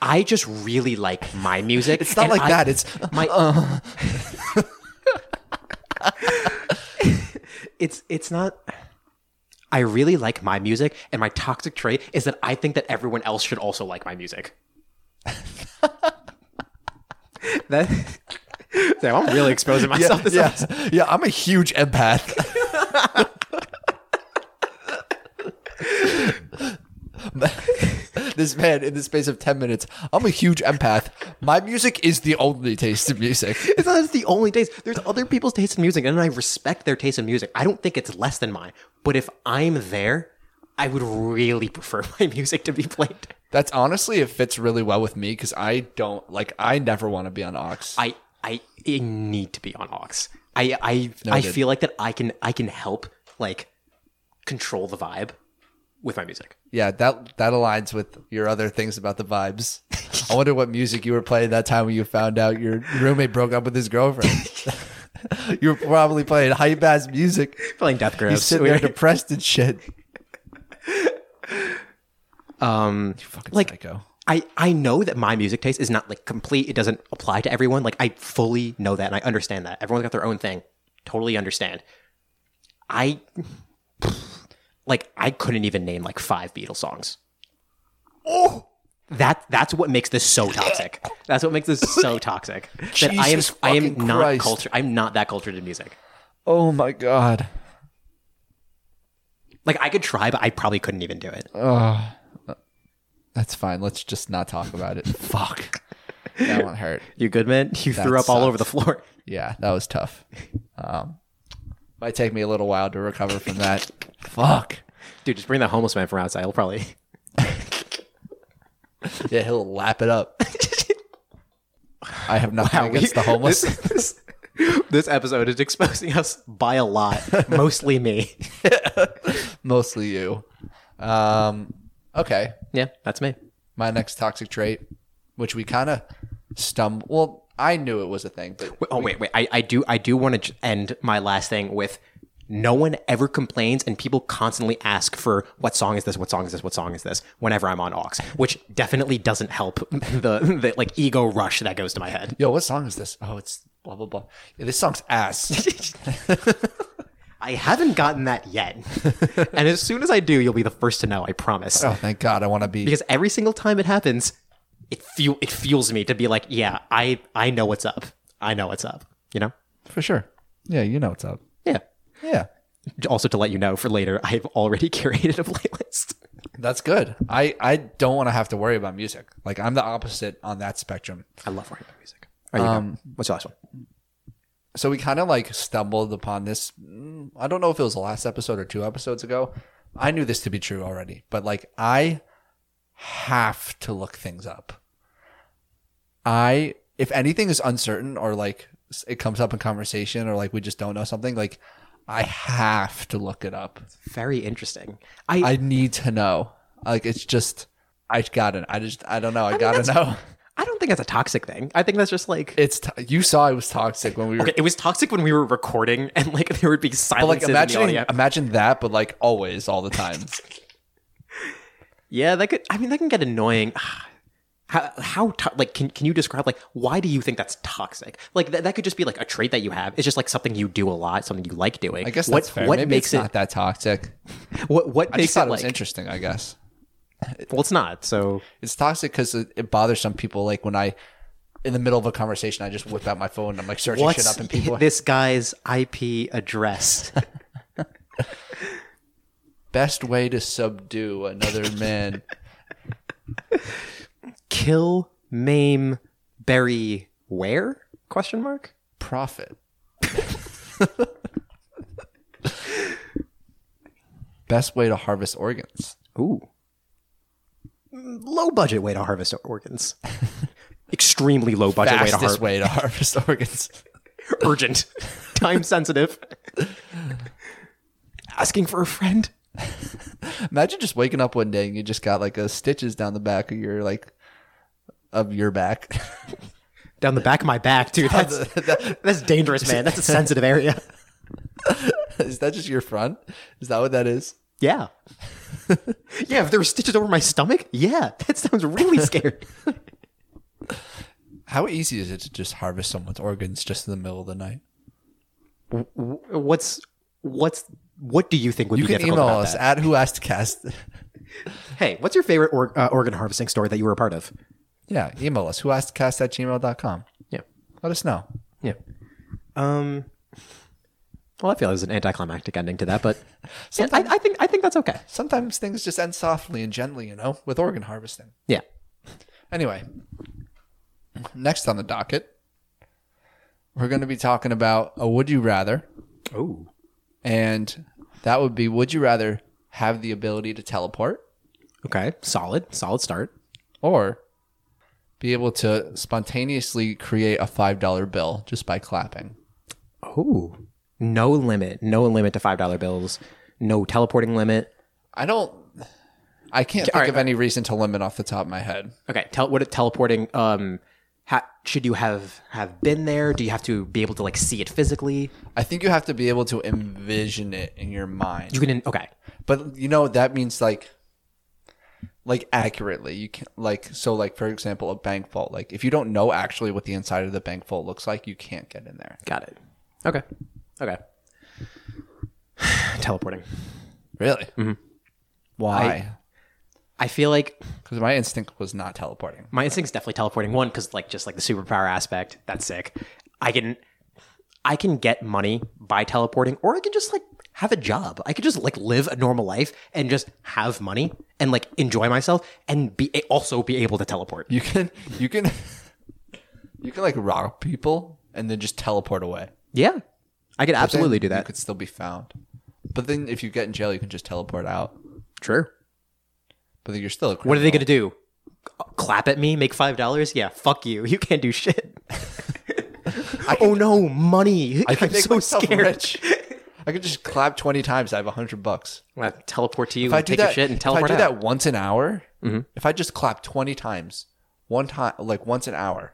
[SPEAKER 2] I just really like my music.
[SPEAKER 1] It's not like that. It's
[SPEAKER 2] My. it's it's not. I really like my music, and my toxic trait is that I think that everyone else should also like my music. that. Damn, I'm really exposing myself. this
[SPEAKER 1] yeah, yeah. I'm a huge empath. this man in the space of ten minutes, I'm a huge empath. My music is the only taste of music.
[SPEAKER 2] It's not it's the only taste. There's other people's taste in music, and I respect their taste in music. I don't think it's less than mine. But if I'm there, I would really prefer my music to be played.
[SPEAKER 1] That's honestly, it fits really well with me because I don't like. I never want to be on aux.
[SPEAKER 2] I I, I need to be on aux. I I I
[SPEAKER 1] Noted.
[SPEAKER 2] feel like that I can I can help like control the vibe with my music.
[SPEAKER 1] yeah, that that aligns with your other things about the vibes. I wonder what music you were playing that time when you found out your roommate broke up with his girlfriend. you were probably playing hype ass music.
[SPEAKER 2] Playing Death
[SPEAKER 1] You
[SPEAKER 2] Grips.
[SPEAKER 1] sit there depressed and shit.
[SPEAKER 2] um
[SPEAKER 1] Fucking
[SPEAKER 2] like
[SPEAKER 1] psycho.
[SPEAKER 2] I, I know that my music taste is not like complete. It doesn't apply to everyone. Like I fully know that and I understand that. Everyone's got their own thing. Totally understand. I like I couldn't even name like five Beatles songs.
[SPEAKER 1] Oh,
[SPEAKER 2] That that's what makes this so toxic. That's what makes this so toxic. That I am
[SPEAKER 1] Jesus
[SPEAKER 2] I am
[SPEAKER 1] fucking
[SPEAKER 2] not
[SPEAKER 1] Christ.
[SPEAKER 2] cultured. I'm not that cultured in music.
[SPEAKER 1] oh my god.
[SPEAKER 2] Like I could try, but I probably couldn't even do it.
[SPEAKER 1] That's fine. Let's just not talk about it. Fuck. That one hurt.
[SPEAKER 2] You good, man? You threw up all
[SPEAKER 1] sucks.
[SPEAKER 2] over the floor.
[SPEAKER 1] Yeah, that was tough. Um, might take me a little while to recover from that. Fuck.
[SPEAKER 2] Dude, just bring that homeless man from outside. He'll probably
[SPEAKER 1] Yeah, he'll lap it up. I have nothing
[SPEAKER 2] Wow, we-
[SPEAKER 1] against the homeless.
[SPEAKER 2] This, this- this episode is exposing us by a lot, mostly me.
[SPEAKER 1] mostly you. Um, okay,
[SPEAKER 2] Yeah, that's me.
[SPEAKER 1] my next toxic trait, which we kind of stumble. Well, I knew it was a thing, but
[SPEAKER 2] Wait, oh wait, wait. I, I do I do want to end my last thing with no one ever complains and people constantly ask for what song is this what song is this what song is this whenever i'm on aux which definitely doesn't help the, the like ego rush that goes to my head
[SPEAKER 1] yo, what song is this? Oh, it's blah blah blah. Yeah, this song's ass.
[SPEAKER 2] i haven't gotten that yet and as soon as i do you'll be the first to know i promise
[SPEAKER 1] oh, thank God, I want to be.
[SPEAKER 2] because every single time it happens, it fuel it fuels me to be like, yeah, I I know what's up. I know what's up. You know?
[SPEAKER 1] for sure. Yeah, you know what's up.
[SPEAKER 2] Yeah.
[SPEAKER 1] Yeah,
[SPEAKER 2] Also to let you know for later, I've already curated a playlist.
[SPEAKER 1] that's good. I I don't want to have to worry about music. Like I'm the opposite on that spectrum.
[SPEAKER 2] I love worrying about music. All right, you go. what's your last one?
[SPEAKER 1] so we kind of like stumbled upon this. mm, I don't know if it was the last episode or two episodes ago. I knew this to be true already, but like I have to look things up. I, if anything is uncertain or like s- it comes up in conversation or like we just don't know something, like I have to look it up.
[SPEAKER 2] Very interesting. I, I
[SPEAKER 1] I need to know. Like it's just, I gotta, I just, I don't know. I, gotta know.
[SPEAKER 2] don't think that's a toxic thing. I think that's just like
[SPEAKER 1] It's, t- you saw I was toxic when we were
[SPEAKER 2] okay, it was toxic when we were recording and like there would be
[SPEAKER 1] But like
[SPEAKER 2] silences in the
[SPEAKER 1] imagine
[SPEAKER 2] audio.
[SPEAKER 1] imagine that, but like always, all the time.
[SPEAKER 2] Yeah, that could. I mean, that can get annoying. How how to, like can can you describe like why do you think that's toxic? Like that, that could just be like a trait that you have. It's just like something you do a lot, something you like doing.
[SPEAKER 1] I guess
[SPEAKER 2] what
[SPEAKER 1] that's fair.
[SPEAKER 2] what
[SPEAKER 1] Maybe
[SPEAKER 2] makes
[SPEAKER 1] it's
[SPEAKER 2] it
[SPEAKER 1] not that toxic.
[SPEAKER 2] what what
[SPEAKER 1] I just
[SPEAKER 2] makes
[SPEAKER 1] thought
[SPEAKER 2] it
[SPEAKER 1] it was
[SPEAKER 2] like
[SPEAKER 1] interesting. I guess
[SPEAKER 2] well, it's not. So
[SPEAKER 1] it's toxic because it, it bothers some people. Like when I, in the middle of a conversation, I just whip out my phone. and I'm like searching shit
[SPEAKER 2] what's
[SPEAKER 1] up, and people
[SPEAKER 2] this guy's IP address?
[SPEAKER 1] best way to subdue another man.
[SPEAKER 2] Kill, maim, bury, where? Question mark.
[SPEAKER 1] Profit. best way to harvest organs.
[SPEAKER 2] Ooh. Low budget way to harvest organs. Extremely low budget way to harvest.
[SPEAKER 1] Fastest way to harvest organs.
[SPEAKER 2] urgent, time sensitive. Asking for a friend.
[SPEAKER 1] Imagine just waking up one day and you just got like a stitches down the back of your like of your back.
[SPEAKER 2] Down the back of my back, dude. That's, that's dangerous, man. That's a sensitive area.
[SPEAKER 1] is that just your front? Is that what that is?
[SPEAKER 2] Yeah. Yeah, if there were stitches over my stomach, yeah, that sounds really scary.
[SPEAKER 1] How easy is it to just harvest someone's organs just in the middle of the night?
[SPEAKER 2] what's what's what do you think would
[SPEAKER 1] You
[SPEAKER 2] be
[SPEAKER 1] can
[SPEAKER 2] difficult
[SPEAKER 1] email
[SPEAKER 2] about
[SPEAKER 1] us
[SPEAKER 2] that?
[SPEAKER 1] at who asked cast.
[SPEAKER 2] Hey, what's your favorite org, uh, organ harvesting story that you were a part of?
[SPEAKER 1] yeah, email us who asked cast at gmail.com.
[SPEAKER 2] Yeah,
[SPEAKER 1] Let us know.
[SPEAKER 2] yeah. Um. Well, I feel there's an anticlimactic ending to that, but yeah, I, I think I think that's okay.
[SPEAKER 1] Sometimes things just end softly and gently, you know, with organ harvesting.
[SPEAKER 2] Yeah.
[SPEAKER 1] Anyway, next on the docket, we're going to be talking about a would you rather.
[SPEAKER 2] Oh.
[SPEAKER 1] And that would be would you rather have the ability to teleport
[SPEAKER 2] Okay. Solid. Solid start.
[SPEAKER 1] or be able to spontaneously create a $5 bill just by clapping.
[SPEAKER 2] Oh. No limit. No limit to $5 bills. No teleporting limit.
[SPEAKER 1] I don't I can't think
[SPEAKER 2] all right,
[SPEAKER 1] of any reason to limit off the top of my head.
[SPEAKER 2] Okay. Tell what it teleporting um ha- should you have have been there? Do you have to be able to like see it physically?
[SPEAKER 1] I think you have to be able to envision it in your mind.
[SPEAKER 2] You can okay.
[SPEAKER 1] but you know that means like like accurately you can like so like for example a bank vault like if you don't know actually what the inside of the bank vault looks like you can't get in there
[SPEAKER 2] Got it. Okay. Okay. teleporting.
[SPEAKER 1] really Mm-hmm. why
[SPEAKER 2] I feel like
[SPEAKER 1] because my instinct was not teleporting
[SPEAKER 2] my instinct's definitely teleporting one because like just like the superpower aspect that's sick i can i can get money by teleporting or i can just like have a job i could just like live a normal life and just have money and like enjoy myself and be also be able to teleport
[SPEAKER 1] you can you can you can like rob people and then just teleport away
[SPEAKER 2] yeah i could absolutely do
[SPEAKER 1] Then you
[SPEAKER 2] that
[SPEAKER 1] could still be found but then if you get in jail you can just teleport out
[SPEAKER 2] true
[SPEAKER 1] but then you're still a
[SPEAKER 2] what are
[SPEAKER 1] criminal.
[SPEAKER 2] they gonna do clap at me make five dollars yeah fuck you you can't do shit oh no money
[SPEAKER 1] I can
[SPEAKER 2] i'm
[SPEAKER 1] make
[SPEAKER 2] so
[SPEAKER 1] myself
[SPEAKER 2] scared
[SPEAKER 1] rich. I could just clap twenty times. I have a hundred bucks.
[SPEAKER 2] I'm gonna teleport to you
[SPEAKER 1] If I
[SPEAKER 2] and
[SPEAKER 1] do
[SPEAKER 2] take
[SPEAKER 1] that,
[SPEAKER 2] your shit and
[SPEAKER 1] if
[SPEAKER 2] teleport
[SPEAKER 1] I do
[SPEAKER 2] out. Mm-hmm.
[SPEAKER 1] that once an hour, if I just clap twenty times, one time, like once an hour,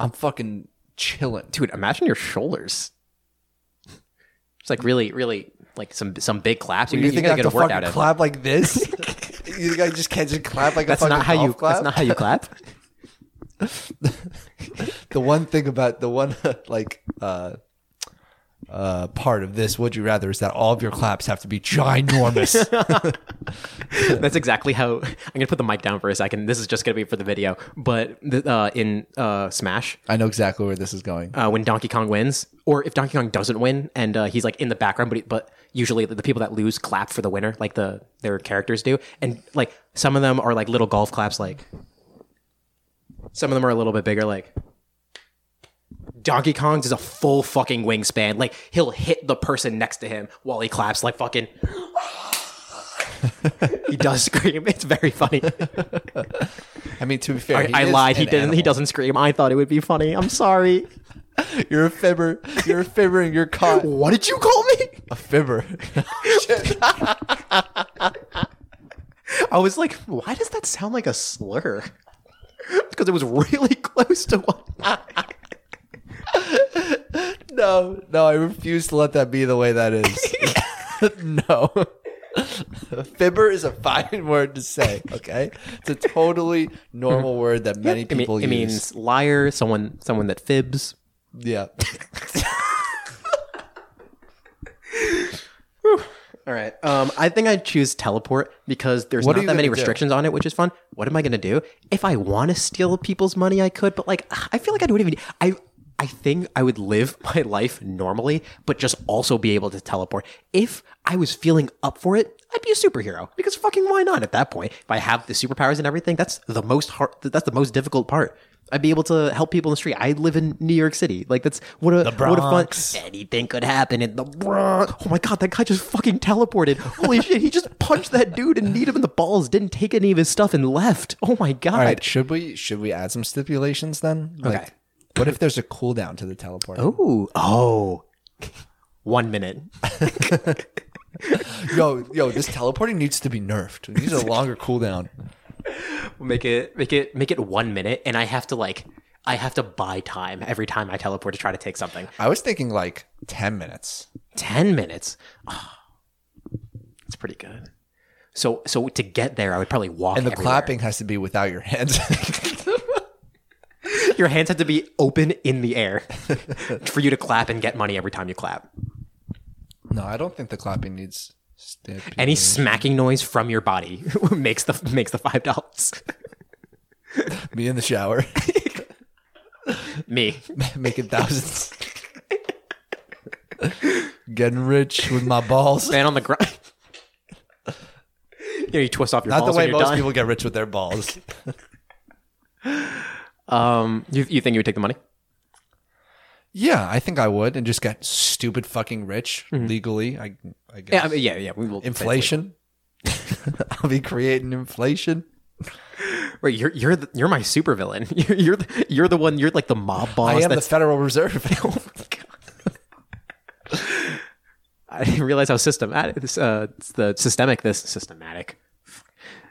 [SPEAKER 1] I'm fucking chilling.
[SPEAKER 2] dude imagine your shoulders it's like really really like some some big claps you, you, gotta get a workout out of it.
[SPEAKER 1] clap like this? you think I just can't just clap like
[SPEAKER 2] that's
[SPEAKER 1] a fucking
[SPEAKER 2] not how you
[SPEAKER 1] golf clap?
[SPEAKER 2] that's not how you clap
[SPEAKER 1] the one thing about the one like uh, uh, part of this would you rather is that all of your claps have to be ginormous.
[SPEAKER 2] that's exactly how i'm gonna put the mic down for a second this is just gonna be for the video but the, uh, in uh, smash
[SPEAKER 1] I know exactly where this is going.
[SPEAKER 2] uh, when donkey kong wins or if donkey kong doesn't win and uh, he's like in the background but he, but usually the, the people that lose clap for the winner like the their characters do and like some of them are like little golf claps like some of them are a little bit bigger like Donkey Kong's is a full fucking wingspan. Like he'll hit the person next to him while he claps like fucking He does scream. It's very funny.
[SPEAKER 1] I mean, to be fair,
[SPEAKER 2] I,
[SPEAKER 1] he
[SPEAKER 2] I
[SPEAKER 1] is
[SPEAKER 2] lied. He
[SPEAKER 1] an
[SPEAKER 2] didn't he
[SPEAKER 1] animal.
[SPEAKER 2] doesn't scream. I thought it would be funny. I'm sorry.
[SPEAKER 1] You're a fibber. You're a fibber, and you're caught.
[SPEAKER 2] What did you call me?
[SPEAKER 1] A fibber.
[SPEAKER 2] I was like, why does that sound like a slur? Because it was really close to one.
[SPEAKER 1] no, no, I refuse to let that be the way that is. no. Fibber is a fine word to say, okay? It's a totally normal word that many
[SPEAKER 2] It,
[SPEAKER 1] people
[SPEAKER 2] it
[SPEAKER 1] use.
[SPEAKER 2] means liar, someone someone that fibs.
[SPEAKER 1] yeah.
[SPEAKER 2] All right. Um, I think I'd choose teleport because there's
[SPEAKER 1] What are
[SPEAKER 2] not
[SPEAKER 1] you
[SPEAKER 2] that many
[SPEAKER 1] gonna do?
[SPEAKER 2] restrictions on it, which is fun. What am I gonna do? If I want to steal people's money, I could, but like, I feel like I don't even. I I think I would live my life normally, but just also be able to teleport. If I was feeling up for it, I'd be a superhero because fucking why not? At that point, if I have the superpowers and everything, that's the most hard. That's the most difficult part. I'd be able to help people in the street. I live in New York City. Like that's what a what a fun
[SPEAKER 1] Bronx.
[SPEAKER 2] anything could happen in the Bronx. Oh my god, that guy just fucking teleported. Holy shit, he just punched that dude and kneed him in the balls, didn't take any of his stuff and left. Oh my god.
[SPEAKER 1] All right, should we should we add some stipulations then? Like
[SPEAKER 2] Okay.
[SPEAKER 1] what if there's a cooldown to the teleport?
[SPEAKER 2] Ooh. Oh. One minute.
[SPEAKER 1] Yo, yo, this teleporting needs to be nerfed. We need a longer cooldown.
[SPEAKER 2] Make it make it make it one minute and I have to like I have to buy time every time I teleport to try to take something.
[SPEAKER 1] I was thinking like 10 minutes.
[SPEAKER 2] Ten minutes. Ah. That's pretty good. So so to get there I would probably walk
[SPEAKER 1] And the
[SPEAKER 2] everywhere.
[SPEAKER 1] clapping has to be without your hands.
[SPEAKER 2] Your hands had to be open in the air for you to clap and get money every time you clap.
[SPEAKER 1] no, I don't think the clapping needs stipulations.
[SPEAKER 2] Any smacking noise from your body makes the makes the five dollars.
[SPEAKER 1] Me in the shower.
[SPEAKER 2] Me.
[SPEAKER 1] making thousands. Getting rich with my balls.
[SPEAKER 2] Man on the grind. you know, you twist off your
[SPEAKER 1] Not the
[SPEAKER 2] balls
[SPEAKER 1] way
[SPEAKER 2] when you're
[SPEAKER 1] most
[SPEAKER 2] done.
[SPEAKER 1] people get rich with their balls.
[SPEAKER 2] Um, you, you think you would take the money?
[SPEAKER 3] Yeah, I think I would, and just get stupid fucking rich legally. I, I guess
[SPEAKER 2] Mm-hmm. Yeah, I mean, yeah, yeah. We will
[SPEAKER 3] inflation. I'll be creating inflation.
[SPEAKER 2] Wait, you're you're the, you're my supervillain. You're you're the, you're the one. You're like the mob boss.
[SPEAKER 3] I am the
[SPEAKER 2] that's,
[SPEAKER 3] Federal Reserve.
[SPEAKER 2] I didn't realize how systematic this uh it's the systemic this systematic.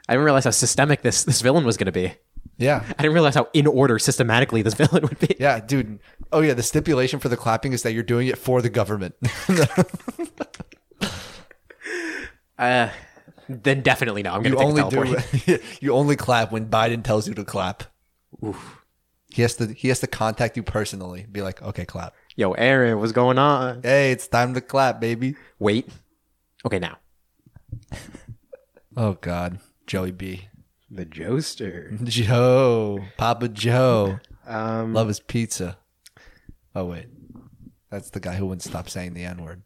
[SPEAKER 2] I didn't realize how systemic this this villain was going to be. I
[SPEAKER 3] yeah,
[SPEAKER 2] didn't realize how in order systematically this villain would be.
[SPEAKER 3] yeah, dude. Oh yeah, the stipulation for the clapping is that you're doing it for the government.
[SPEAKER 2] Uh, then definitely no. I'm going
[SPEAKER 3] you
[SPEAKER 2] to take
[SPEAKER 3] only
[SPEAKER 2] a
[SPEAKER 3] do.
[SPEAKER 2] teleport.
[SPEAKER 3] you only clap when Biden tells you to clap. He has to. He has to contact you personally. Be like, okay, clap.
[SPEAKER 2] Yo, Aaron, what's going on?
[SPEAKER 3] Hey, it's time to clap, baby.
[SPEAKER 2] Wait. Okay, now
[SPEAKER 3] Oh God, Joey B.
[SPEAKER 2] the Joester. Um,
[SPEAKER 3] Joe, Papa Joe. Love is pizza. Oh wait, that's the guy who wouldn't stop saying the N word.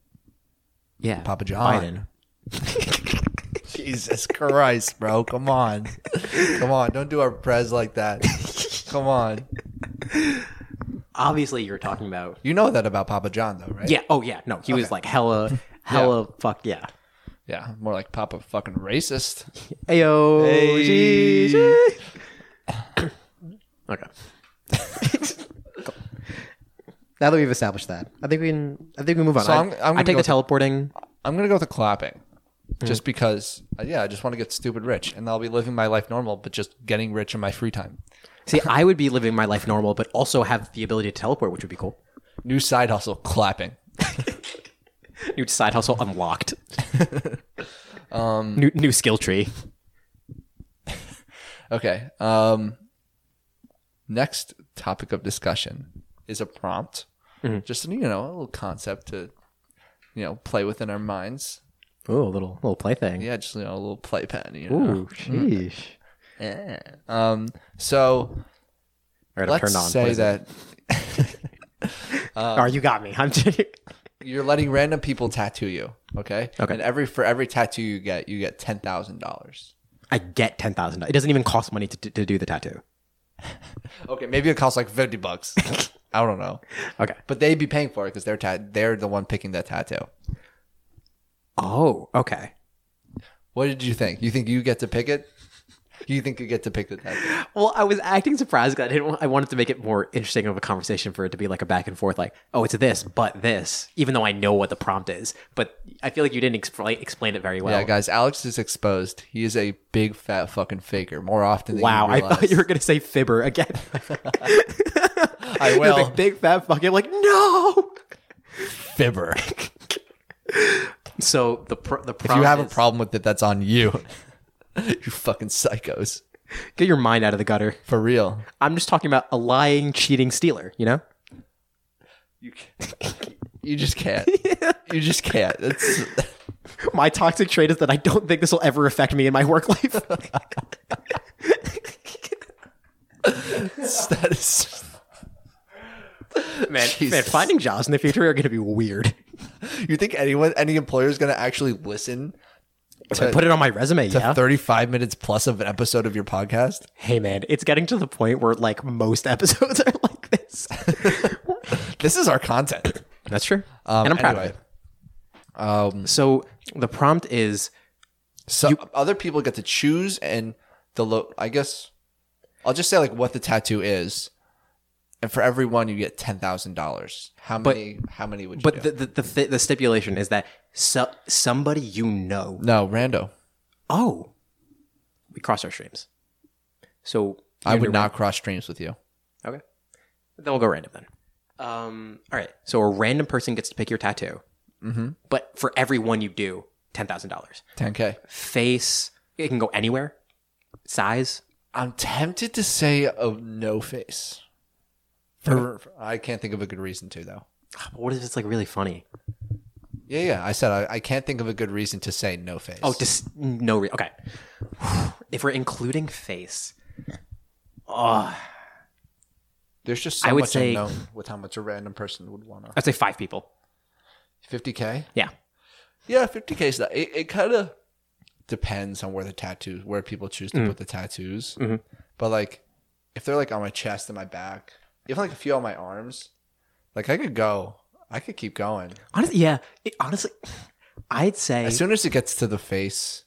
[SPEAKER 2] Yeah,
[SPEAKER 3] Papa John. Jesus Christ, bro! Come on, come on! Don't do our prez like that. Come on.
[SPEAKER 2] Obviously, you're talking about.
[SPEAKER 3] You know that about Papa John, though, right?
[SPEAKER 2] Yeah. Oh, yeah. No, he was like hella, hella. Fuck yeah.
[SPEAKER 1] Yeah, more like Papa fucking racist.
[SPEAKER 2] Ayo.
[SPEAKER 3] Hey.
[SPEAKER 2] GG. okay. Cool. Now that we've established that, I think we can. I think we move on.
[SPEAKER 3] So
[SPEAKER 2] I,
[SPEAKER 3] I'm- I'm gonna
[SPEAKER 2] I take
[SPEAKER 3] go
[SPEAKER 2] the
[SPEAKER 3] with-
[SPEAKER 2] teleporting.
[SPEAKER 1] I'm gonna go with the clapping, just because. uh, Yeah, I just want to get stupid rich, and I'll be living my life normal, but just getting rich in my free time.
[SPEAKER 2] See, I would be living my life normal, but also have the ability to teleport, which would be cool.
[SPEAKER 1] New side hustle, clapping.
[SPEAKER 2] New side hustle unlocked. um, new new skill tree.
[SPEAKER 1] Okay. Um, next topic of discussion is a prompt,
[SPEAKER 2] Mm-hmm.
[SPEAKER 1] just you know a little concept to you know play with in our minds.
[SPEAKER 2] Ooh, a little little plaything.
[SPEAKER 1] Yeah, Mm. just you know a little playpen. You know.
[SPEAKER 2] Ooh, sheesh.
[SPEAKER 1] Yeah. Um. So
[SPEAKER 2] All right, I'm
[SPEAKER 1] let's
[SPEAKER 2] turned on. What
[SPEAKER 1] say
[SPEAKER 2] is it?
[SPEAKER 1] that
[SPEAKER 2] oh, you got me. I'm just,
[SPEAKER 1] you're letting random people tattoo you. Okay.
[SPEAKER 2] Okay.
[SPEAKER 1] And every for every tattoo you get, you get ten thousand dollars.
[SPEAKER 2] I get ten thousand. It doesn't even cost money to, to do the tattoo.
[SPEAKER 1] Okay, maybe it costs like fifty bucks. I don't know,
[SPEAKER 2] Okay.
[SPEAKER 1] but they'd be paying for it because they're ta- they're the one picking that tattoo.
[SPEAKER 2] Oh, okay.
[SPEAKER 1] What did you think? You think you get to pick it? You think you get to pick the tattoo?
[SPEAKER 2] Well, I was acting surprised because I didn't. Want, I wanted to make it more interesting of a conversation for it to be like a back and forth, like, oh, it's this, but this, even though I know what the prompt is. But I feel like you didn't expl- explain it very well.
[SPEAKER 1] Yeah, guys, Alex is exposed. He is a big fat fucking faker more often than
[SPEAKER 2] wow,
[SPEAKER 1] you
[SPEAKER 2] I
[SPEAKER 1] realize.
[SPEAKER 2] thought you were gonna say fibber again. I
[SPEAKER 1] will.
[SPEAKER 2] big fat fucking like no.
[SPEAKER 3] Fibber.
[SPEAKER 2] So the pr- the prompt
[SPEAKER 1] If you have a
[SPEAKER 2] is-
[SPEAKER 1] problem with it, that's on you. you fucking psychos.
[SPEAKER 2] get your mind out of the gutter.
[SPEAKER 1] For real.
[SPEAKER 2] I'm just talking about a lying, cheating stealer. You know.
[SPEAKER 1] You, can't- you just can't. You just can't. That's
[SPEAKER 2] My toxic trait is that I don't think this will ever affect me in my work life.
[SPEAKER 1] that is.
[SPEAKER 2] man, man,
[SPEAKER 1] Jesus.
[SPEAKER 2] finding jobs in the future are going to be weird.
[SPEAKER 1] You think anyone, any employer is going to actually listen
[SPEAKER 2] If I put it on my resume,
[SPEAKER 3] to
[SPEAKER 2] yeah.
[SPEAKER 3] 35 minutes plus of an episode of your podcast.
[SPEAKER 2] hey, man, it's getting to the point where like most episodes are like this.
[SPEAKER 3] This is our content.
[SPEAKER 2] That's true, and I'm proud
[SPEAKER 1] Um, anyway.
[SPEAKER 2] of it. Um, so the prompt is
[SPEAKER 1] So other people get to choose and the lo- I guess I'll just say like what the tattoo is, and for every one you get ten thousand dollars. How many? How many would you?
[SPEAKER 2] But
[SPEAKER 1] do?
[SPEAKER 2] the the, the, thi- the stipulation is that so, somebody you know.
[SPEAKER 1] no, rando.
[SPEAKER 2] Oh, we cross our streams. So
[SPEAKER 1] I would not cross streams with you.
[SPEAKER 2] Okay, then we'll go random then. Um, all right. So a random person gets to pick your tattoo, mm-hmm. but for every one you do, ten thousand dollars.
[SPEAKER 1] Ten k.
[SPEAKER 2] Face, it can go anywhere. Size,
[SPEAKER 1] I'm tempted to say a no face. For, for- I can't think of a good reason to though.
[SPEAKER 2] What if it's like really funny?
[SPEAKER 1] Yeah, yeah. I said I, I can't think of a good reason to say no face.
[SPEAKER 2] Oh, just no. Re- okay, if we're including face,
[SPEAKER 1] there's just so
[SPEAKER 2] I would
[SPEAKER 1] much
[SPEAKER 2] say-
[SPEAKER 1] unknown with how much a random person would want to.
[SPEAKER 2] I'd say five people.
[SPEAKER 1] Fifty k.
[SPEAKER 2] Yeah,
[SPEAKER 1] Yeah, fifty k is that. It, it kind of depends on where the tattoos, where people choose to put the tattoos. But like, if they're like on my chest and my back, even like a few on my arms, Like I could go. I could keep going.
[SPEAKER 2] Honestly, yeah. It, honestly, I'd say
[SPEAKER 1] As soon as it gets to the face,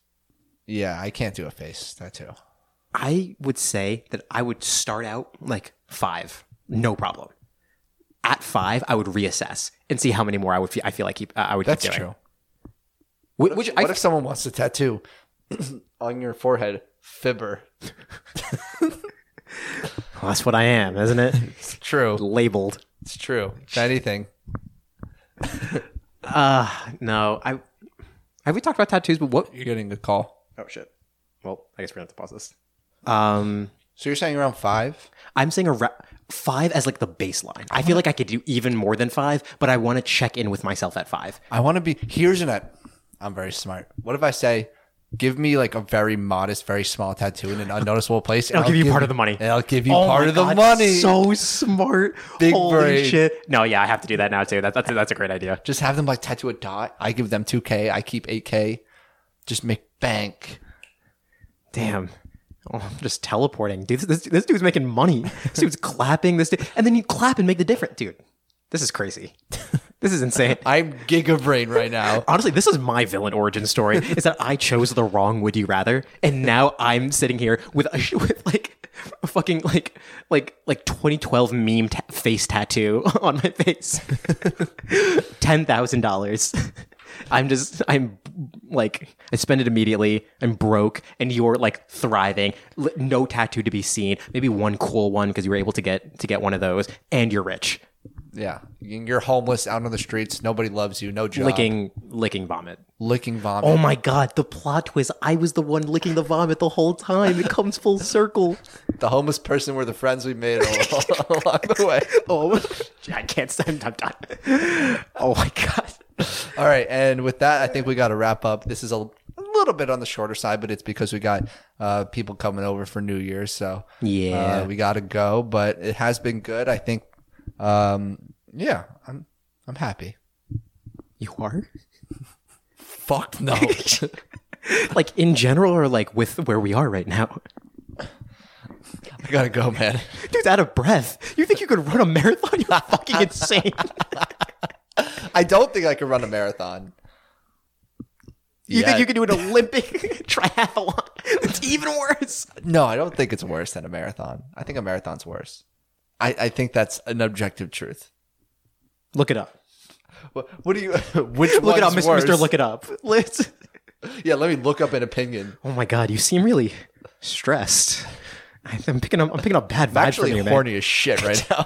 [SPEAKER 1] yeah, I can't do a face tattoo.
[SPEAKER 2] I would say that I would start out like five, no problem. At five, I would reassess and see how many more I would. Feel, I feel like keep, uh, I would.
[SPEAKER 1] That's
[SPEAKER 2] keep doing.
[SPEAKER 1] true.
[SPEAKER 2] Wh- Which, I,
[SPEAKER 1] what if someone wants to tattoo on your forehead fibber?
[SPEAKER 2] Well, that's what I am, isn't it?
[SPEAKER 1] It's true.
[SPEAKER 2] Labeled.
[SPEAKER 1] It's true. If anything.
[SPEAKER 2] Uh no. I have we talked about tattoos, but what?
[SPEAKER 1] You're getting a call.
[SPEAKER 2] Oh shit. Well, I guess we're gonna have to pause this. Um,
[SPEAKER 1] So you're saying around five?
[SPEAKER 2] I'm saying a ra- five as like the baseline. I feel like I could do even more than five, but I want to check in with myself at five.
[SPEAKER 1] I want to be. Here's an. i- I'm very smart. What if I say, give me like a very modest, very small tattoo in an unnoticeable place, and
[SPEAKER 2] I'll give you part of the money.
[SPEAKER 1] And I'll give you
[SPEAKER 2] Oh
[SPEAKER 1] part
[SPEAKER 2] my
[SPEAKER 1] of the
[SPEAKER 2] God,
[SPEAKER 1] money.
[SPEAKER 2] So smart.
[SPEAKER 1] Big
[SPEAKER 2] Holy
[SPEAKER 1] brain.
[SPEAKER 2] shit. No, yeah, I have to do that now too. That, that's that's a great idea.
[SPEAKER 1] just have them like tattoo a dot. I give them two k. I keep eight k. Just make bank.
[SPEAKER 2] Damn. Oh, I'm just teleporting. Dude, this, this dude's making money. This dude's clapping. This dude, and then you clap and make the difference, dude. This is crazy. This is insane.
[SPEAKER 1] I'm giga brain right now.
[SPEAKER 2] Honestly, this is my villain origin story. is that I chose the wrong would you rather, and now I'm sitting here with a with like a fucking like like like 2012 meme ta- face tattoo on my face. Ten thousand dollars. I'm just I'm like I spend it immediately. I'm broke, and you're like thriving. L- No tattoo to be seen. Maybe one cool one because you were able to get to get one of those, and you're rich,
[SPEAKER 1] yeah, you're homeless out on the streets. Nobody loves you. No job.
[SPEAKER 2] licking licking vomit.
[SPEAKER 1] licking vomit.
[SPEAKER 2] Oh my god, the plot twist. I was the one licking the vomit the whole time. It comes full circle.
[SPEAKER 1] The homeless person were the friends we made all- along the way.
[SPEAKER 2] Oh, I can't stand. I'm done. Oh my god.
[SPEAKER 1] All right, and with that, I think we got to wrap up. This is a, a little bit on the shorter side, but it's because we got uh, people coming over for New Year's, so
[SPEAKER 2] Yeah.
[SPEAKER 1] uh, we got to go. But it has been good. I think, um, yeah, I'm I'm happy.
[SPEAKER 2] You are?
[SPEAKER 1] Fuck no.
[SPEAKER 2] Like in general or like with where we are right now?
[SPEAKER 1] I gotta go, man.
[SPEAKER 2] Dude's out of breath. You think you could run a marathon? You're fucking insane.
[SPEAKER 1] I don't think I could run a marathon.
[SPEAKER 2] You
[SPEAKER 1] Yeah.
[SPEAKER 2] think you could do an Olympic triathlon? It's even worse.
[SPEAKER 1] No, I don't think it's worse than a marathon. I think a marathon's worse. I, I think that's an objective truth.
[SPEAKER 2] Look it up.
[SPEAKER 1] What, what do you? Which
[SPEAKER 2] Look it up,
[SPEAKER 1] one's
[SPEAKER 2] Mr. Mister.
[SPEAKER 1] worse?
[SPEAKER 2] Look it up. Let's-
[SPEAKER 1] Yeah, let me look up an opinion.
[SPEAKER 2] Oh my god, you seem really stressed. I- I'm picking up. I'm picking up bad vibes
[SPEAKER 1] I'm actually
[SPEAKER 2] from you, man.
[SPEAKER 1] horny as shit right now.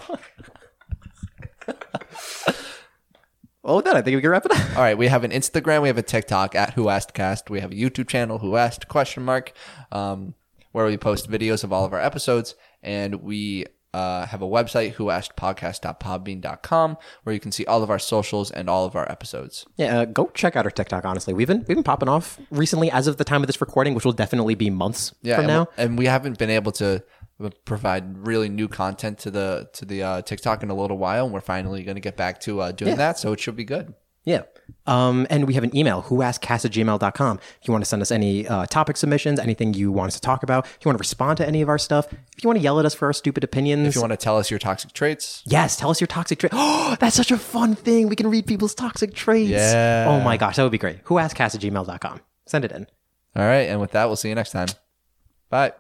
[SPEAKER 2] Oh, with that I think we can wrap it up.
[SPEAKER 1] All right, we have an Instagram, we have a TikTok at Who Asked Cast, we have a YouTube channel Who Asked question mark, um, where we post videos of all of our episodes, and we uh, have a website whoaskedpodcast.podbean.com where you can see all of our socials and all of our episodes.
[SPEAKER 2] Yeah, uh, go check out our TikTok. Honestly, we've been we've been popping off recently. As of the time of this recording, which will definitely be months
[SPEAKER 1] Yeah,
[SPEAKER 2] from
[SPEAKER 1] and,
[SPEAKER 2] now.
[SPEAKER 1] and we haven't been able to uh, provide really new content to the to the uh, TikTok in a little while, and we're finally going to get back to uh, doing that, so it should be good.
[SPEAKER 2] Yeah. Um, and we have an email, whoaskcast at gmail.com. If you want to send us any uh, topic submissions, anything you want us to talk about, if you want to respond to any of our stuff, if you want to yell at us for our stupid opinions,
[SPEAKER 1] If you want to tell us your toxic traits,
[SPEAKER 2] yes, tell us your toxic trait. Oh, that's such a fun thing. We can read people's toxic traits.
[SPEAKER 1] Yeah.
[SPEAKER 2] Oh my gosh, that would be great. Whoaskcast at gmail.com. Send it in.
[SPEAKER 1] All right. And with that, we'll see you next time. Bye.